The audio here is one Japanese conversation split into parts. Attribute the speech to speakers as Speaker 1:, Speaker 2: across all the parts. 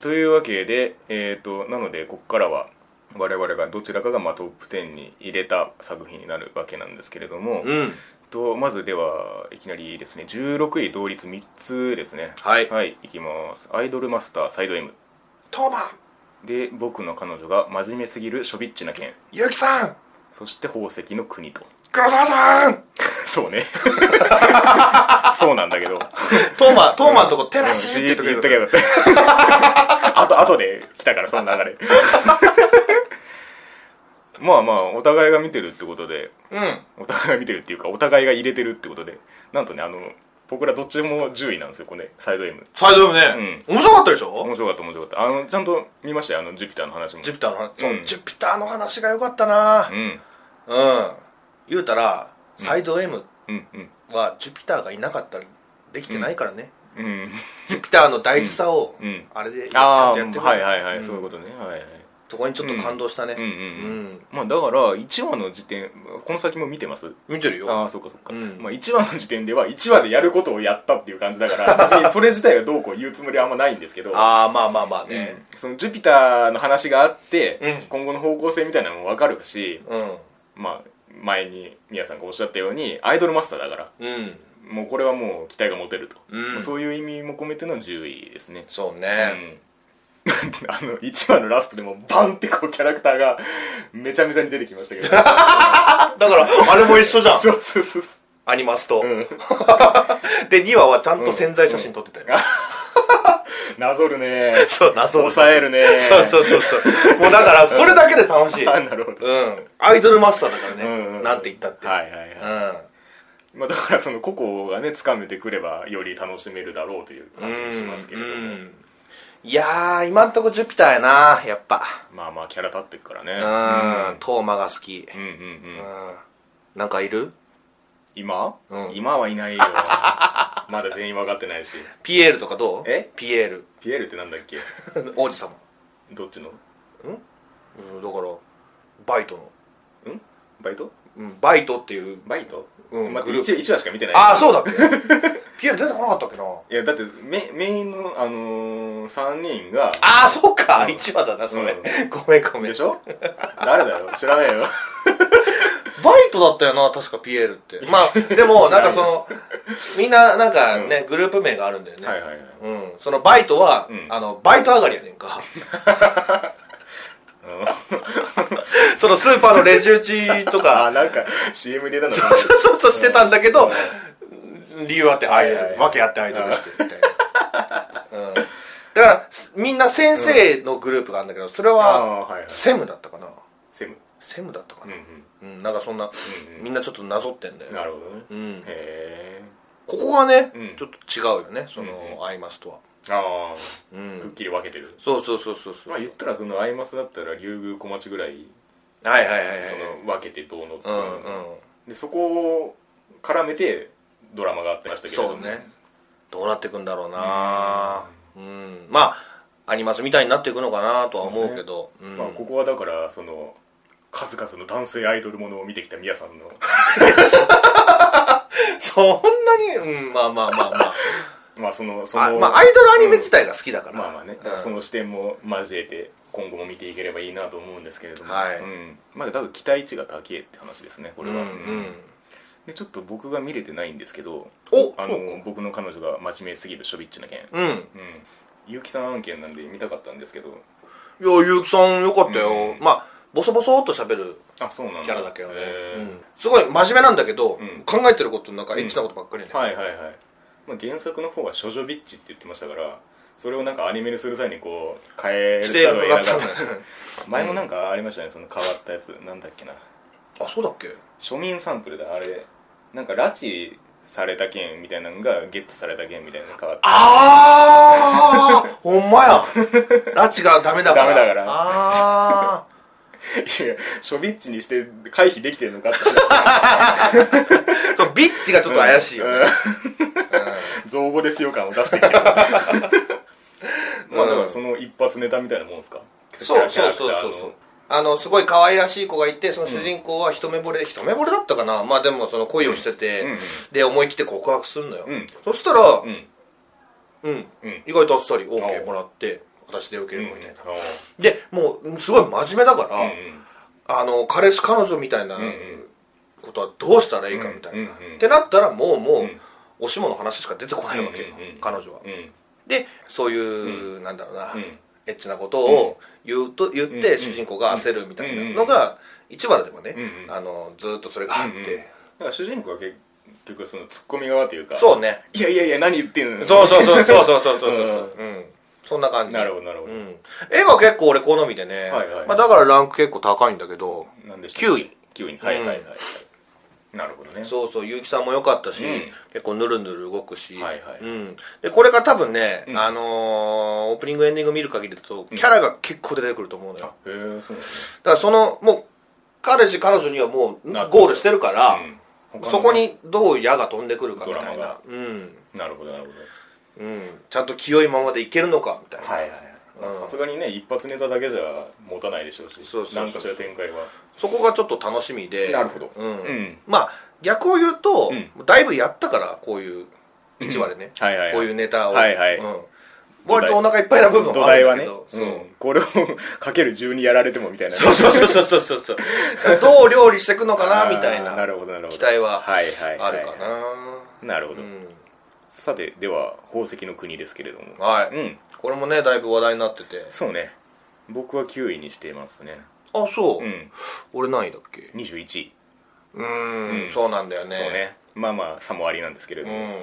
Speaker 1: というわけで、えー、となのでここからは我々がどちらかがまあトップ10に入れた作品になるわけなんですけれども、
Speaker 2: うん
Speaker 1: とまずではいきなりですね16位同率3つですね
Speaker 2: はい
Speaker 1: はい、いきますアイドルマスターサイド M
Speaker 2: トーマン
Speaker 1: で僕の彼女が真面目すぎるショビッチな剣
Speaker 2: ゆきさん
Speaker 1: そして宝石の国と
Speaker 2: 黒沢さん
Speaker 1: そうね そうなんだけど
Speaker 2: トーマントーマンとこテ
Speaker 1: う
Speaker 2: ラ
Speaker 1: ん
Speaker 2: シー
Speaker 1: 言
Speaker 2: って言
Speaker 1: っ
Speaker 2: っと
Speaker 1: と
Speaker 2: けよ
Speaker 1: けばよ かったあとあとで来たからその流 れまあまあお互いが見てるってことで
Speaker 2: うん
Speaker 1: お互いが見てるっていうかお互いが入れてるってことでなんとねあの僕らどっちも10位なんですよこれ、ね、サイド M
Speaker 2: サイド M ね、面白かったでしょ、
Speaker 1: 面白かった面白かったあのちゃんと見ましたよあのジュピターの話も
Speaker 2: ジュピターの話そう、
Speaker 1: うん
Speaker 2: ジュピターの話が良かったな
Speaker 1: うん
Speaker 2: うん、言うたらサイド M
Speaker 1: うんうん
Speaker 2: はジュピターがいなかったらできてないからね、
Speaker 1: うん
Speaker 2: ジュピターの大事さを、
Speaker 1: うんうん
Speaker 2: あれでちゃ
Speaker 1: あ
Speaker 2: ん
Speaker 1: あ
Speaker 2: とやって
Speaker 1: ー
Speaker 2: くれた
Speaker 1: はいはいはい、
Speaker 2: うん
Speaker 1: そういうことねはいはい
Speaker 2: そこにちょっと感動したね
Speaker 1: うんうんうん、
Speaker 2: うん
Speaker 1: まあだから1話の時点この先も見てます
Speaker 2: 見てるよ
Speaker 1: ああそっかそっか、
Speaker 2: うん
Speaker 1: まあ、1話の時点では1話でやることをやったっていう感じだ から別にそれ自体がどうこう言うつもりはあんまないんですけど
Speaker 2: ああまあまあまあね
Speaker 1: うんそのジュピターの話があって、
Speaker 2: うん
Speaker 1: 今後の方向性みたいなのも分かるし、
Speaker 2: うん
Speaker 1: まあ、前に宮さんがおっしゃったようにアイドルマスターだから
Speaker 2: うん
Speaker 1: もうこれはもう期待が持てると、
Speaker 2: うん
Speaker 1: そういう意味も込めての10位ですね、
Speaker 2: そう
Speaker 1: う
Speaker 2: ね、
Speaker 1: ん あの1話のラストでもバンってこうキャラクターがめちゃめちゃに出てきま したけど
Speaker 2: だからあれも一 緒じゃん
Speaker 1: そうそうそうそ
Speaker 2: アニマスと、
Speaker 1: う、うん
Speaker 2: で2話はちゃんと潜在写真撮ってたよ、
Speaker 1: なぞるね
Speaker 2: そう謎の
Speaker 1: 抑えるね
Speaker 2: そうそうそうそうもうだからそれだけで楽しい、う
Speaker 1: あ
Speaker 2: ん、
Speaker 1: なるほど、
Speaker 2: アイドルマスターだからね、
Speaker 1: うんうん
Speaker 2: なんて言ったって、
Speaker 1: はいはいはい、まあ、だからその個々がね掴めてくればより楽しめるだろうという
Speaker 2: う
Speaker 1: 感
Speaker 2: ん
Speaker 1: じがしますけれども、
Speaker 2: うんいやー今んとこジュピターやなやっぱ
Speaker 1: まあまあキャラ立ってくから
Speaker 2: うん、
Speaker 1: ね
Speaker 2: トーマが好き、
Speaker 1: うんうんうん、
Speaker 2: うん、なんかいる
Speaker 1: 今、
Speaker 2: うん
Speaker 1: 今はいないよ まだ全員分かってないし
Speaker 2: ピエールとかどう
Speaker 1: え
Speaker 2: ピエー ル
Speaker 1: ピエールってなんだっけ
Speaker 2: 王子様
Speaker 1: どっちの
Speaker 2: うんだからバイトの、
Speaker 1: んバイト
Speaker 2: うん、バイトっていう
Speaker 1: バイト、
Speaker 2: うん
Speaker 1: 待っ
Speaker 2: グル
Speaker 1: て
Speaker 2: ープ
Speaker 1: 1, 話しか見てない
Speaker 2: ああそ うだっけピエール出てこなかったっけな
Speaker 1: ういやだってメメインの、あのー、3人が
Speaker 2: ああそうか、
Speaker 1: うん
Speaker 2: 一話だなそれ、
Speaker 1: う
Speaker 2: ごめんごめん
Speaker 1: でしょ誰だよ知らない よ
Speaker 2: バイトだったよな確かピエールってまあでも
Speaker 1: 知ら
Speaker 2: なん
Speaker 1: んよ
Speaker 2: かそのみんななんかね、グループ名があるんだよね
Speaker 1: はいはいはい
Speaker 2: うん、そのバイトは、
Speaker 1: うん
Speaker 2: あのバイト上がりやねんか そのスーパーのレジ打ちと
Speaker 1: あ
Speaker 2: か
Speaker 1: なんか CM 出たのか
Speaker 2: そうそうそうそうしてたんだけど、理由あってアイドル、
Speaker 1: はいはい
Speaker 2: 訳あってアイドルしてみたいな、うん、だからすみんな先生のグループがあるんだけどそれ
Speaker 1: あ
Speaker 2: は
Speaker 1: あはいはい
Speaker 2: セムだったかな
Speaker 1: セム
Speaker 2: セムだったか
Speaker 1: うん
Speaker 2: な、
Speaker 1: う
Speaker 2: うんなんかそんな、
Speaker 1: うん
Speaker 2: みんなちょっとなぞってんだよ
Speaker 1: ん
Speaker 2: ね
Speaker 1: なるほどね、
Speaker 2: うん
Speaker 1: へえ
Speaker 2: ここがね、
Speaker 1: うん
Speaker 2: ちょっと違うよねその、
Speaker 1: う
Speaker 2: アイマスとは
Speaker 1: ああ、
Speaker 2: うん
Speaker 1: くっきり分けてる
Speaker 2: そうそうそうそうそう、
Speaker 1: まあ言ったらそのアイマスだったら竜宮小町ぐらい
Speaker 2: はいはいはいはい
Speaker 1: その分けてどうのって
Speaker 2: う
Speaker 1: いうんのが
Speaker 2: うん
Speaker 1: でそこを絡めてドラマがあってましたけれど
Speaker 2: そ
Speaker 1: も
Speaker 2: うねどうなっていくんだろうなうん、まあアニマスみたいになっていくのかなとは思うけどう、ん
Speaker 1: まあ、ここはだからその数々の男性アイドルものを見てきたミヤさんの
Speaker 2: そんなに、うん、まあまあまあまあ
Speaker 1: まあそのそ
Speaker 2: あ
Speaker 1: の
Speaker 2: まあアイドルアニメ自体が好きだから、
Speaker 1: まあまあね、
Speaker 2: うん
Speaker 1: その視点も交えて今後も見ていければいいなと思うんですけれども、
Speaker 2: はい
Speaker 1: うんまあ、だから期待値が高えって話ですねこ
Speaker 2: う
Speaker 1: れ
Speaker 2: ん
Speaker 1: は、
Speaker 2: う
Speaker 1: うん
Speaker 2: ん
Speaker 1: でちょっと僕が見れてないんですけどあ
Speaker 2: おそうか
Speaker 1: の僕の彼女が真面目すぎるショビッチな件
Speaker 2: うん、
Speaker 1: うん結城さん案件なんで見たかったんですけど
Speaker 2: いや結城さんよかったよ、
Speaker 1: うん
Speaker 2: まあボソボソっと喋る
Speaker 1: あそうなんだ
Speaker 2: キャラだけどね、
Speaker 1: へー
Speaker 2: うんすごい真面目なんだけど、
Speaker 1: ん
Speaker 2: 考えてることなんかエッチなことばっかりね、
Speaker 1: はいはいはい、まあ、原作の方は「少女ビッチ」って言ってましたからそれをなんかアニメにする際にこう変える
Speaker 2: 規制がかかっちゃうね
Speaker 1: 前もなんかありましたねその変わったやつなんだっけな
Speaker 2: あそうだっけ
Speaker 1: 庶民サンプルだあれなんか拉致された件みたいなのがゲットされた件みたいなの変わって
Speaker 2: ああほんま や拉致がダメだから
Speaker 1: ダメだから
Speaker 2: あ
Speaker 1: いやショビッチにして回避できてるのかって話
Speaker 2: あそうビッチがちょっと怪しいよね、
Speaker 1: うん造語ですよ感を出してるけどまあだからその一発ネタみたいなもんですか
Speaker 2: そうそうそうそうそう
Speaker 1: う
Speaker 2: あのすごい可愛らしい子がいてその主人公は一目惚れ、一目惚れだったかなまあでもその恋をしてて、
Speaker 1: うんうん
Speaker 2: で思い切って告白するのよ、
Speaker 1: うん
Speaker 2: そしたら、
Speaker 1: うん
Speaker 2: うん
Speaker 1: うん
Speaker 2: 意外とあっさり
Speaker 1: お
Speaker 2: OK もらって私でよけ
Speaker 1: うん
Speaker 2: れ
Speaker 1: う
Speaker 2: ば
Speaker 1: ん
Speaker 2: みたいな、
Speaker 1: あー
Speaker 2: でもうすごい真面目だから、あの彼氏彼女みたいなことはどうしたらいいかみたいな、
Speaker 1: うんうんうん
Speaker 2: ってなったらもうもう、
Speaker 1: うん
Speaker 2: おしもの話しか出てこないわけよ、
Speaker 1: うんうんうん
Speaker 2: 彼女は
Speaker 1: うんうん
Speaker 2: でそういう、なんだろうな、
Speaker 1: ん
Speaker 2: エッチなことを言うと言っ
Speaker 1: うんう
Speaker 2: て
Speaker 1: ん
Speaker 2: 主人公が焦るみたいなのが1話でもね、
Speaker 1: うんうん
Speaker 2: あのずーっとそれがあって、
Speaker 1: うんうんだから主人公は結結局そのツッコミ側というか
Speaker 2: そうね
Speaker 1: いやいやいや何言ってんの
Speaker 2: そうそうそうそうそうそうそうそう
Speaker 1: う
Speaker 2: うんそんな感じ
Speaker 1: なるほどなるほど
Speaker 2: うん、絵が結構俺好みでね、
Speaker 1: はいはい
Speaker 2: まあ、だからランク結構高いんだけど
Speaker 1: 何でした
Speaker 2: 9位
Speaker 1: 9位にはいはいはいはいなるほどね
Speaker 2: そうそう結城さんも良かったし、
Speaker 1: うん
Speaker 2: 結構ぬるぬる動くし、
Speaker 1: はいはい
Speaker 2: うん、でこれが多分ね、
Speaker 1: ん
Speaker 2: あのーオープニングエンディング見る限りだとキャラが結構出てくると思うのよ、
Speaker 1: あへえそうなんです
Speaker 2: だからそのもう彼氏彼女にはもう
Speaker 1: なるほど
Speaker 2: ゴールしてるから、
Speaker 1: ねうん他の
Speaker 2: そこにどう矢が飛んでくるかみたい
Speaker 1: ドラマ
Speaker 2: な
Speaker 1: が、
Speaker 2: うん
Speaker 1: なるほどなるほど
Speaker 2: うん、ちゃんと清いままでいけるのかみたいな、
Speaker 1: はいはいはいさすがにね一発ネタだけじゃ持たないでしょうし
Speaker 2: そうそうそう
Speaker 1: なんかしら展開は
Speaker 2: そこがちょっと楽しみで
Speaker 1: なるほど
Speaker 2: うん
Speaker 1: うん
Speaker 2: まあ逆を言うと、
Speaker 1: うん
Speaker 2: だいぶやったからこういう1話でね、
Speaker 1: はいはいはい
Speaker 2: こういうネタを、
Speaker 1: はいはい
Speaker 2: うん、割とお腹いっぱいな部分
Speaker 1: 土
Speaker 2: もあ
Speaker 1: 台
Speaker 2: る
Speaker 1: は
Speaker 2: んだ
Speaker 1: ね
Speaker 2: けど、
Speaker 1: うんこれをかける12やられてもみたいなね
Speaker 2: そうそうそうそうそうそうそうどう料理していくのかなみたい
Speaker 1: あ
Speaker 2: な
Speaker 1: ーなるほどなるほど
Speaker 2: 期待はい
Speaker 1: はい
Speaker 2: あ
Speaker 1: はい
Speaker 2: るかな、
Speaker 1: なるほど
Speaker 2: うん
Speaker 1: さてでは宝石の国ですけれども
Speaker 2: はい、
Speaker 1: うん
Speaker 2: これもねだいぶ話題になってて
Speaker 1: そうね僕は9位にしていますね
Speaker 2: あそう、
Speaker 1: うん
Speaker 2: 俺何位だっけ
Speaker 1: 21位
Speaker 2: うーん、
Speaker 1: うん
Speaker 2: そうなんだよね
Speaker 1: そうねまあまあ差もありなんですけれど
Speaker 2: う
Speaker 1: も
Speaker 2: ん、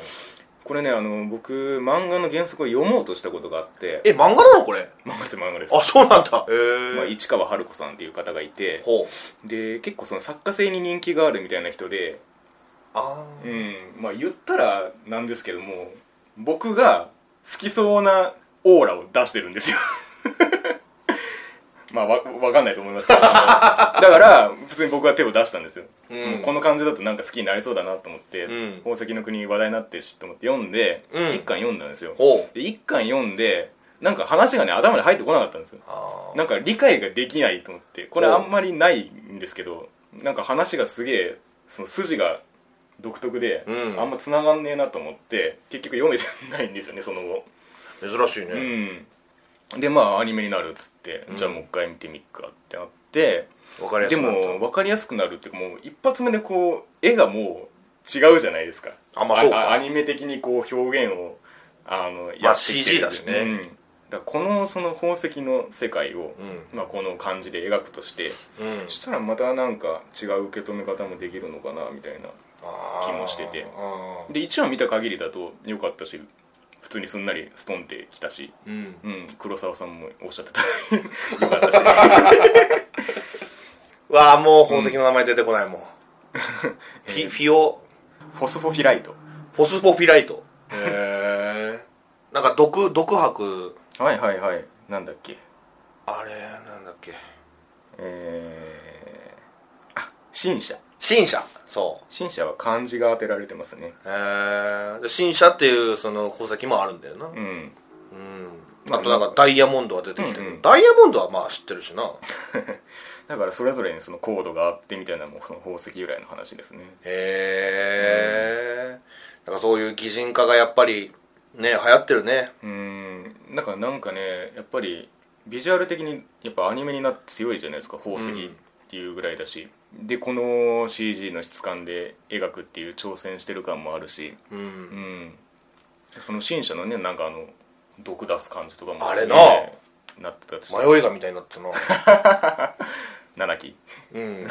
Speaker 1: これねあの僕漫画の原則を読もうとしたことがあって
Speaker 2: え漫画なのこれ
Speaker 1: 漫画です漫画です
Speaker 2: あそうなんだへ
Speaker 1: まあ、
Speaker 2: え、
Speaker 1: 市川春子さんっていう方がいて
Speaker 2: ほう
Speaker 1: で結構その作家性に人気があるみたいな人で、
Speaker 2: あー
Speaker 1: うんまあ、言ったらなんですけども僕が好きそうなオーラを出してるんですよ まあわわかんないと思いますけどあのだから普通に僕は手を出したんですよ、
Speaker 2: うん
Speaker 1: もうこの感じだとなんか好きになれそうだなと思って「
Speaker 2: うん
Speaker 1: 宝石の国」話題になってるしと思って読んで、
Speaker 2: うん
Speaker 1: 一巻読んだんですよ
Speaker 2: ほう
Speaker 1: で一巻読んでなんか話がね頭に入ってこなかったんですよ
Speaker 2: あ
Speaker 1: なんか理解ができないと思ってこれあんまりないんですけどなんか話がすげえその筋が独特で、
Speaker 2: うん
Speaker 1: あんま繋がんねえなと思って結局読めてないんですよねその後
Speaker 2: ー珍しいうね
Speaker 1: んでまあアニメになるっつって、じゃあもう一回見てみっかってなって
Speaker 2: わ、かりやす
Speaker 1: で
Speaker 2: くなった
Speaker 1: も分かりやすくなるっていうかもう一発目でこう絵がもう違うじゃないですか
Speaker 2: あまあそうか
Speaker 1: アニメ的にこう表現をあの
Speaker 2: まあ
Speaker 1: やってきて
Speaker 2: CG だしね
Speaker 1: うんだからこのその宝石の世界を、
Speaker 2: う
Speaker 1: まあ、この感じで描くとして
Speaker 2: うん
Speaker 1: そしたらまたなんか違う受け止め方もできるのかなみたいな
Speaker 2: あー
Speaker 1: 気もしてて
Speaker 2: あー
Speaker 1: で1話見た限りだと良かったし普通にすんなりストンってきたし
Speaker 2: うん
Speaker 1: うん、黒沢さんもおっしゃってたよかったし
Speaker 2: うわあもう宝石の名前出てこないもん、フィフ ィオ
Speaker 1: フォスフォフィライト
Speaker 2: フォスフォフィライトへえんか毒毒博
Speaker 1: はいはいはいなんだっけ
Speaker 2: あれなんだっけ
Speaker 1: えーあ新車
Speaker 2: 新社そ
Speaker 1: 新車は漢字が当てられてますね
Speaker 2: うへえ新社っていうその宝石もあるんだよな、
Speaker 1: うん
Speaker 2: あとなんかダイヤモンドは出てきてる、ダイヤモンドはまあ知ってるしな
Speaker 1: だからそれぞれにそのコードがあってみたいなのもその宝石由来の話ですね
Speaker 2: へえ、なんかそういう擬人化がやっぱりね流行ってるね
Speaker 1: うーんなんかなんかねやっぱりビジュアル的にやっぱアニメになって強いじゃないですか宝石っていうぐらいだし、でこの CG の質感で描くっていう挑戦してる感もあるし
Speaker 2: う
Speaker 1: うんんその新車のねなんかあの毒出す感じとかも
Speaker 2: あれ
Speaker 1: すげ
Speaker 2: な
Speaker 1: えなってたし
Speaker 2: 迷いがみたいになってたな
Speaker 1: 7期
Speaker 2: うん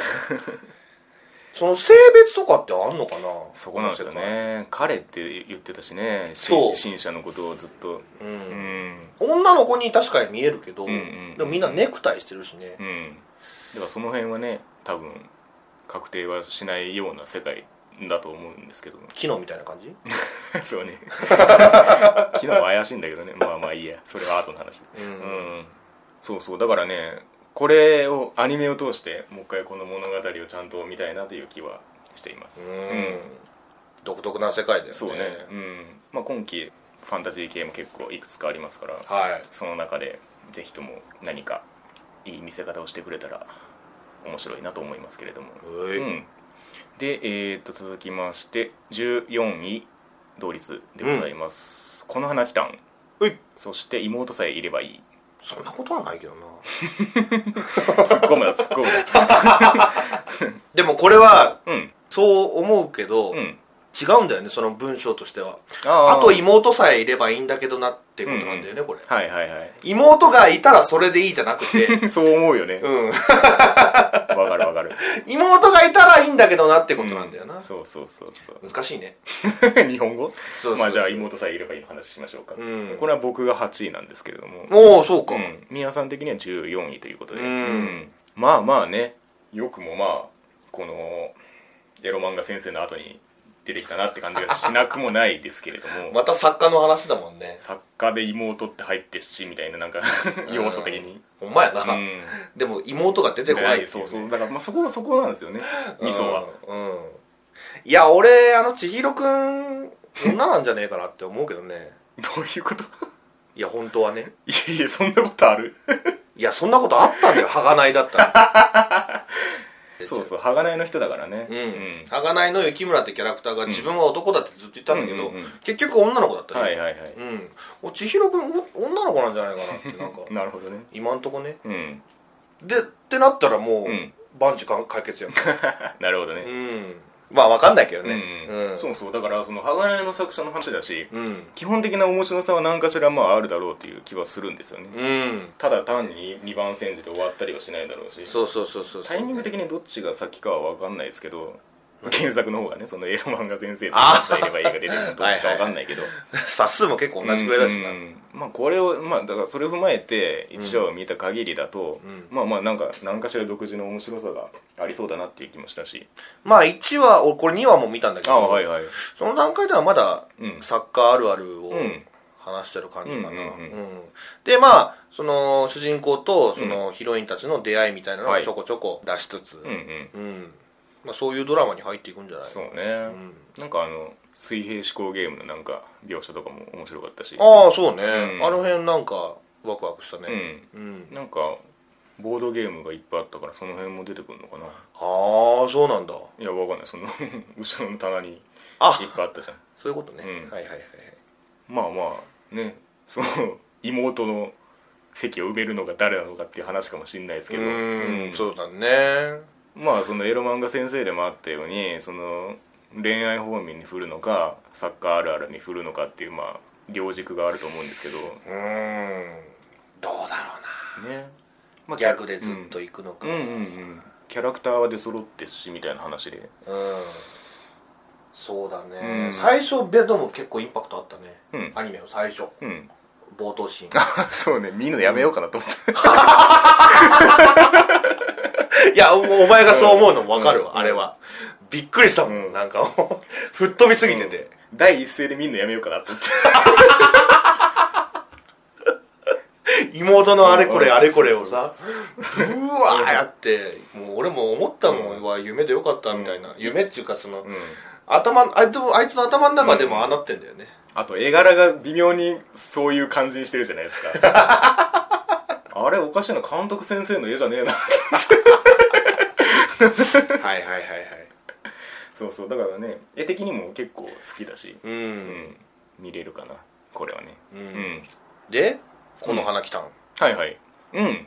Speaker 2: その性別とかってあんのかな
Speaker 1: そこなんですよね彼って言ってたしね
Speaker 2: そう
Speaker 1: 新新車のことをずっと
Speaker 2: この世界う
Speaker 1: うんん
Speaker 2: 女の子に確かに見えるけど、
Speaker 1: んうん
Speaker 2: でもみんなネクタイしてるしね
Speaker 1: う、んだからその辺はね多分確定はしないような世界だと思うんですけど
Speaker 2: 木のみたいな感じ、
Speaker 1: そうね 昨日は怪しいんだけどねまあまあいいやそれは後の話
Speaker 2: うん
Speaker 1: うんそうそうだからねこれをアニメを通してもう一回この物語をちゃんと見たいなという気はしています
Speaker 2: うん独特な世界だよね
Speaker 1: そうねうんまあ今期ファンタジー系も結構いくつかありますから
Speaker 2: はい
Speaker 1: その中でぜひとも何かいい見せ方をしてくれたら面白いなと思いますけれども、
Speaker 2: はい
Speaker 1: うん、で、えー、と続きまして14位同率でございます「この花きたん
Speaker 2: はい」
Speaker 1: そして「妹さえいればいい」
Speaker 2: そんなことはないけどな
Speaker 1: 突っ込むな突っ込むな
Speaker 2: でもこれは
Speaker 1: うん
Speaker 2: そう思うけど、
Speaker 1: うん
Speaker 2: 違うんだよねその文章としては
Speaker 1: あ
Speaker 2: あ
Speaker 1: ー
Speaker 2: と妹さえいればいいんだけどなってことなんだよね、これ
Speaker 1: はいはいはい
Speaker 2: 妹がいたらそれでいいじゃなくて
Speaker 1: そう思うよね
Speaker 2: うん
Speaker 1: わかるわかる
Speaker 2: 妹がいたらいいんだけどなってことなんだよな、
Speaker 1: そうそうそうそう
Speaker 2: 難しいね
Speaker 1: 日本語
Speaker 2: そうそうそう
Speaker 1: まあじゃあ妹さえいればいいの話しましょうか、
Speaker 2: うん
Speaker 1: これは僕が8位なんですけれども
Speaker 2: おおそうか、
Speaker 1: うん宮さん的には14位ということで、
Speaker 2: うん
Speaker 1: まあまあねよくもまあこのエロ漫画先生の後に出てきたなって感じがしなくもないですけれど も、
Speaker 2: また作家の話だもんね
Speaker 1: 作家で妹って入ってしみたいななんか要素的に、
Speaker 2: ほんまやな、
Speaker 1: うん、
Speaker 2: でも妹が出てこないってい
Speaker 1: そうそう
Speaker 2: ね
Speaker 1: だからまあそこはそこなんですよねミソは
Speaker 2: うん、うんいや俺あの千尋くん女なんじゃねえかなって思うけどね
Speaker 1: どういうこと
Speaker 2: いや本当はね
Speaker 1: いやいやそんなことある
Speaker 2: いやそんなことあったんだよ贖いだった ら
Speaker 1: そうそう鋼の人だからね
Speaker 2: うん、贖いの雪村ってキャラクターが自分は男だってずっと言ったんだけど、
Speaker 1: うんうんうん
Speaker 2: 結局女の子だったね
Speaker 1: はいはいはい、
Speaker 2: うんお千尋くんお女の子なんじゃないかなってなんか
Speaker 1: なるほどね
Speaker 2: 今んとこね
Speaker 1: うん
Speaker 2: でってなったらもう、
Speaker 1: うん
Speaker 2: 万事か解決やん
Speaker 1: なるほどね
Speaker 2: うんまあわかんないけど
Speaker 1: う
Speaker 2: ね
Speaker 1: んそうそうだからその鋼の作者の話だし、
Speaker 2: うん
Speaker 1: 基本的な面白さは何かしらまああるだろうという気はするんですよね、
Speaker 2: うん
Speaker 1: ただ単に2番煎じで終わったりはしないだろうし
Speaker 2: そうそうそうそうそう
Speaker 1: タイミング的にどっちが先かは分かんないですけど原作の方がねそのエロ漫画先生と
Speaker 2: あ
Speaker 1: さいれば映画出てるのどっちか分かんないけど
Speaker 2: 冊数も結構同じくらいだしな、
Speaker 1: うんまあこれをまあだからそれを踏まえて一話を見た限りだと、まあまあなんか何かしら独自の面白さがありそうだなっていう気もしたし
Speaker 2: まあ1話俺これ2話も見たんだけど
Speaker 1: ああはいはい
Speaker 2: その段階ではまだ
Speaker 1: うん
Speaker 2: サッカーあるあるを
Speaker 1: ん
Speaker 2: 話してる感じかな、
Speaker 1: うんうんうん
Speaker 2: うんでまあその主人公とそのヒロインたちの出会いみたいなのをちょこちょこ出しつつ、
Speaker 1: うんうん
Speaker 2: うんまあ、そういうドラマに入っていくんじゃない
Speaker 1: そうね、なんかあの水平思考ゲームのなんか描写とかも面白かったし
Speaker 2: ああそうね、
Speaker 1: うん
Speaker 2: あの辺なんかワクワクした
Speaker 1: う
Speaker 2: ね
Speaker 1: ん
Speaker 2: うん、
Speaker 1: なんかボードゲームがいっぱいあったからその辺も出てくるのかな
Speaker 2: ああそうなんだ
Speaker 1: いやわかんないその 後ろの棚にいっ
Speaker 2: あ
Speaker 1: ぱいあったじゃん
Speaker 2: そういうことね、
Speaker 1: うん
Speaker 2: はいはいはいはい
Speaker 1: まあまあねその妹の席を埋めるのが誰なのかっていう話かもしれないですけ
Speaker 2: う
Speaker 1: ど
Speaker 2: ん、
Speaker 1: うん
Speaker 2: そうだね
Speaker 1: まあそのエロ漫画先生でもあったようにその恋愛方面に振るのかサッカーあるあるに振るのかっていうまあ両軸があると思うんですけど
Speaker 2: うーんどうだろうな
Speaker 1: ね
Speaker 2: 逆でずっと行くのか
Speaker 1: うんうんうんキャラクターは出揃ってすしみたいな話で
Speaker 2: うんそうだ
Speaker 1: う
Speaker 2: ね、
Speaker 1: ん
Speaker 2: 最初ベッドも結構インパクトあったね、
Speaker 1: うん
Speaker 2: アニメの最初
Speaker 1: うん
Speaker 2: 冒頭シー
Speaker 1: そうね見るのやめようかなと思った
Speaker 2: ン いやおお前がそう思うのも分かるわ、あれはびっくりしたもん、
Speaker 1: うん
Speaker 2: なんかもう吹っ飛びすぎてて、
Speaker 1: 第一声で見るのやめようかなと思って
Speaker 2: 妹のあれこれ
Speaker 1: うん
Speaker 2: あれこれをさうわーやってもう俺も思ったもん、うわ夢でよかったみたいな、夢っていうかその、頭あいつあいつの頭の中でもああなってんだよね、
Speaker 1: あと絵柄が微妙にそういう感じにしてるじゃないですか あれおかしいな監督先生の絵じゃねえな
Speaker 2: はいはいはいはい
Speaker 1: そうそうだからね絵的にも結構好きだし、
Speaker 2: うん、
Speaker 1: うん、見れるかなこれはねうん、
Speaker 2: でこの花来たん、
Speaker 1: はいはいうん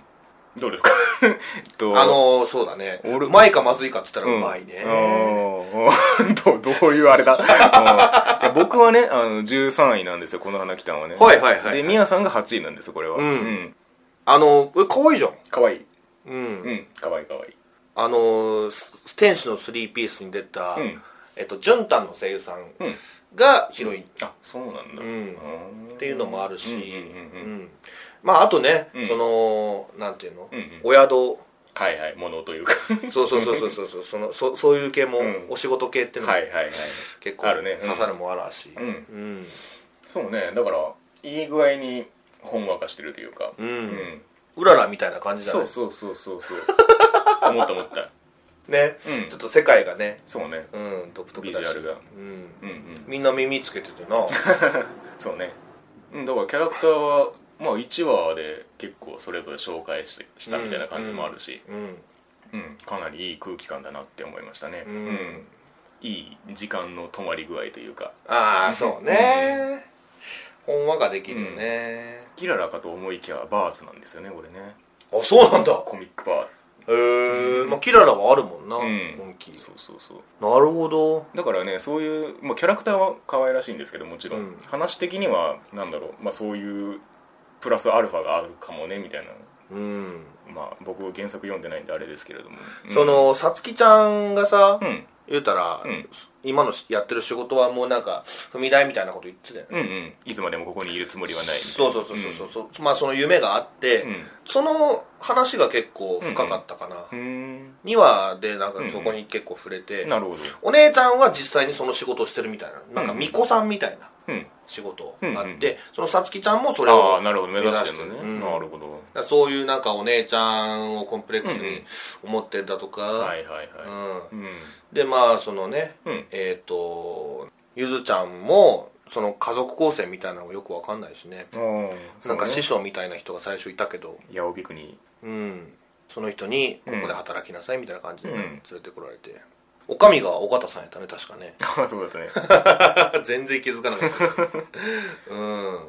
Speaker 1: どうですか えっと
Speaker 2: あのー、そうだね
Speaker 1: 俺
Speaker 2: うまいかまずいかって言ったらうまいね、
Speaker 1: うんどうどういうあ れだうんいや僕はねあの13位なんですよこの花来たんはね
Speaker 2: はいはいはい
Speaker 1: でみやさんが8位なんですよこれは
Speaker 2: うん
Speaker 1: ん
Speaker 2: あのー、え可愛いじゃん
Speaker 1: かわいい
Speaker 2: うん、
Speaker 1: うんかわいいかわいい
Speaker 2: あのース天使のスリーピースに出た、
Speaker 1: うん
Speaker 2: えっと潤丹の声優さん
Speaker 1: うん
Speaker 2: がヒロインっ
Speaker 1: あそうなんだ
Speaker 2: うん
Speaker 1: うん
Speaker 2: ていうのもあるし、
Speaker 1: うんうんうん
Speaker 2: うんまああとね、
Speaker 1: ん
Speaker 2: そのなんていうの、
Speaker 1: んうん
Speaker 2: お宿
Speaker 1: はいはいものというか
Speaker 2: そうそうそうそうそうそうそのそそういう系も、
Speaker 1: ん
Speaker 2: お仕事系っていうのも
Speaker 1: はいはいはい
Speaker 2: 結構
Speaker 1: あるねうん
Speaker 2: 刺さるもあるし
Speaker 1: うん
Speaker 2: うん
Speaker 1: そうねだからいい具合にほんわかしてるというか
Speaker 2: うん
Speaker 1: うん
Speaker 2: うららみたいな感じだね
Speaker 1: そうそうそうそう そう思った思った
Speaker 2: ね、
Speaker 1: うん
Speaker 2: ちょっと世界がね、
Speaker 1: そうね
Speaker 2: うん、独特
Speaker 1: ビジ
Speaker 2: だし
Speaker 1: ュアルが
Speaker 2: うん、
Speaker 1: うんうん
Speaker 2: みんな耳つけ ててな
Speaker 1: そうねうんだからキャラクターはまあ1話で結構それぞれ紹介してしたみたいな感じもあるし、
Speaker 2: うん
Speaker 1: うんかなりいい空気感だなって思いましたね、
Speaker 2: ん
Speaker 1: いい時間の止まり具合というか
Speaker 2: ああそうね、ほんわかできるよね、
Speaker 1: キララかと思いきやバーズなんですよねこれね
Speaker 2: あそうなんだ
Speaker 1: コミックバーズ
Speaker 2: へえ、まあ、キララはあるもんな、
Speaker 1: うん
Speaker 2: 本気
Speaker 1: そうそうそう
Speaker 2: なるほど
Speaker 1: だからねそういう、まあ、キャラクターは可愛らしいんですけどもちろん、
Speaker 2: うん
Speaker 1: 話的にはなんだろう、まあ、そういうプラスアルファがあるかもねみたいな
Speaker 2: うん、
Speaker 1: まあ僕原作読んでないんであれですけれども、うん
Speaker 2: そのさつきちゃんがさ、
Speaker 1: うん
Speaker 2: 言うたら、
Speaker 1: うん
Speaker 2: 今のしやってる仕事はもうなんか踏み台みたいなこと言ってたよね、
Speaker 1: うんうんいつまでもここにいるつもりはないみたいな
Speaker 2: そうそうそうそうそう、まあその夢があって、
Speaker 1: うん
Speaker 2: その話が結構深かったかな、
Speaker 1: うんうん
Speaker 2: 2話でなんか
Speaker 1: うんうん
Speaker 2: そこに結構触れて、
Speaker 1: なるほど
Speaker 2: お姉ちゃんは実際にその仕事をしてるみたいななんか巫女さんみたいな
Speaker 1: うん
Speaker 2: 仕事
Speaker 1: うんうん
Speaker 2: があって、そのさつきちゃんもそれ
Speaker 1: あ
Speaker 2: を
Speaker 1: あなるほど目指して
Speaker 2: 目
Speaker 1: るの
Speaker 2: 指
Speaker 1: ね、
Speaker 2: してるうん
Speaker 1: なるほど
Speaker 2: だからそういうなんかお姉ちゃんをコンプレック
Speaker 1: う
Speaker 2: ス
Speaker 1: んう
Speaker 2: に
Speaker 1: ん
Speaker 2: 思ってんだとか、
Speaker 1: はいはいは
Speaker 2: う
Speaker 1: い
Speaker 2: ん、
Speaker 1: うん
Speaker 2: でまあそのね、
Speaker 1: うん
Speaker 2: えっ、とゆずちゃんもその家族構成みたいなのがよくわかんないしね
Speaker 1: あー
Speaker 2: なん
Speaker 1: そう
Speaker 2: か
Speaker 1: ね
Speaker 2: 師匠みたいな人が最初いたけど、
Speaker 1: 八尾びくに
Speaker 2: うん、その人にここで働きなさいみたいな感じでね、
Speaker 1: うん
Speaker 2: 連れてこられて。おかみが尾形さんやったね確 かね
Speaker 1: ああ そうだったね
Speaker 2: 全然気づかなかった うん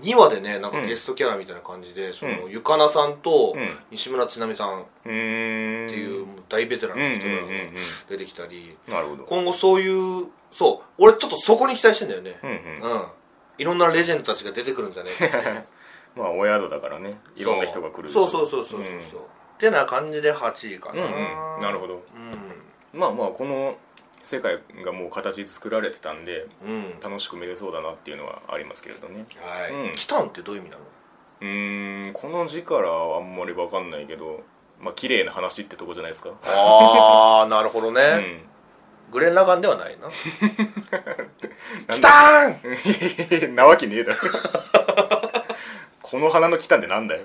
Speaker 2: 2話でねなんかゲストキャラみたいな感じで、そのゆかなさんと
Speaker 1: うん
Speaker 2: 西村ちなみさん
Speaker 1: うーん
Speaker 2: っていう大ベテランの人らが
Speaker 1: うんうんうんうん
Speaker 2: 出てきたり
Speaker 1: なるほど
Speaker 2: 今後そういうそう俺ちょっとそこに期待してんだよね
Speaker 1: うんうん
Speaker 2: いろんなレジェンドたちが出てくるんじゃねえかっていう
Speaker 1: まあお宿だからねいろんな人が来る
Speaker 2: そうそうそうそうそうそうってな感じで8位か
Speaker 1: うん
Speaker 2: な
Speaker 1: うんうんなるほどまあまあこの世界がもう形作られてたんで
Speaker 2: うんうん
Speaker 1: 楽しく見れそうだなっていうのはありますけれどね
Speaker 2: は
Speaker 1: う
Speaker 2: い
Speaker 1: ん
Speaker 2: 来たんってどういう意味なの
Speaker 1: うーんこの字からはあんまり分かんないけどまあ綺麗な話ってとこじゃないですか
Speaker 2: ああなるほど
Speaker 1: う
Speaker 2: ね
Speaker 1: ん
Speaker 2: グレン・ラガンではないな
Speaker 1: なん
Speaker 2: 来た
Speaker 1: だ
Speaker 2: ー ん
Speaker 1: なわけねえだろこの花の来たんでなんだよ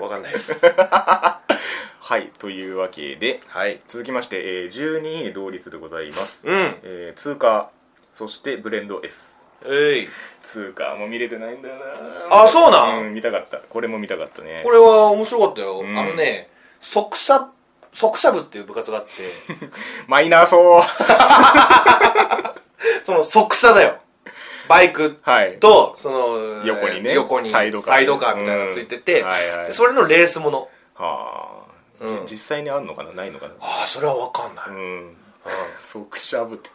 Speaker 2: わかんないです
Speaker 1: はいというわけで
Speaker 2: はい
Speaker 1: 続きまして、えー12位同率でございます、
Speaker 2: うん
Speaker 1: えー通貨そしてブレンド S
Speaker 2: えい
Speaker 1: 通貨も見れてないんだよな
Speaker 2: あそうなん
Speaker 1: ん見たかったこれも見たかったね
Speaker 2: これは面白かったよ、
Speaker 1: ん
Speaker 2: あのね即射即射部っていう部活があって
Speaker 1: マイナーそう
Speaker 2: その即射だよバイク
Speaker 1: はい
Speaker 2: とその
Speaker 1: 横にね
Speaker 2: 横に
Speaker 1: サイドカーね
Speaker 2: カーみたいなのがついてて、
Speaker 1: うんはいはい
Speaker 2: それのレースもの
Speaker 1: はあ、じ
Speaker 2: うん
Speaker 1: 実際にあんのかなないのかな
Speaker 2: ああそれは分かんない、
Speaker 1: うんそうくしゃぶって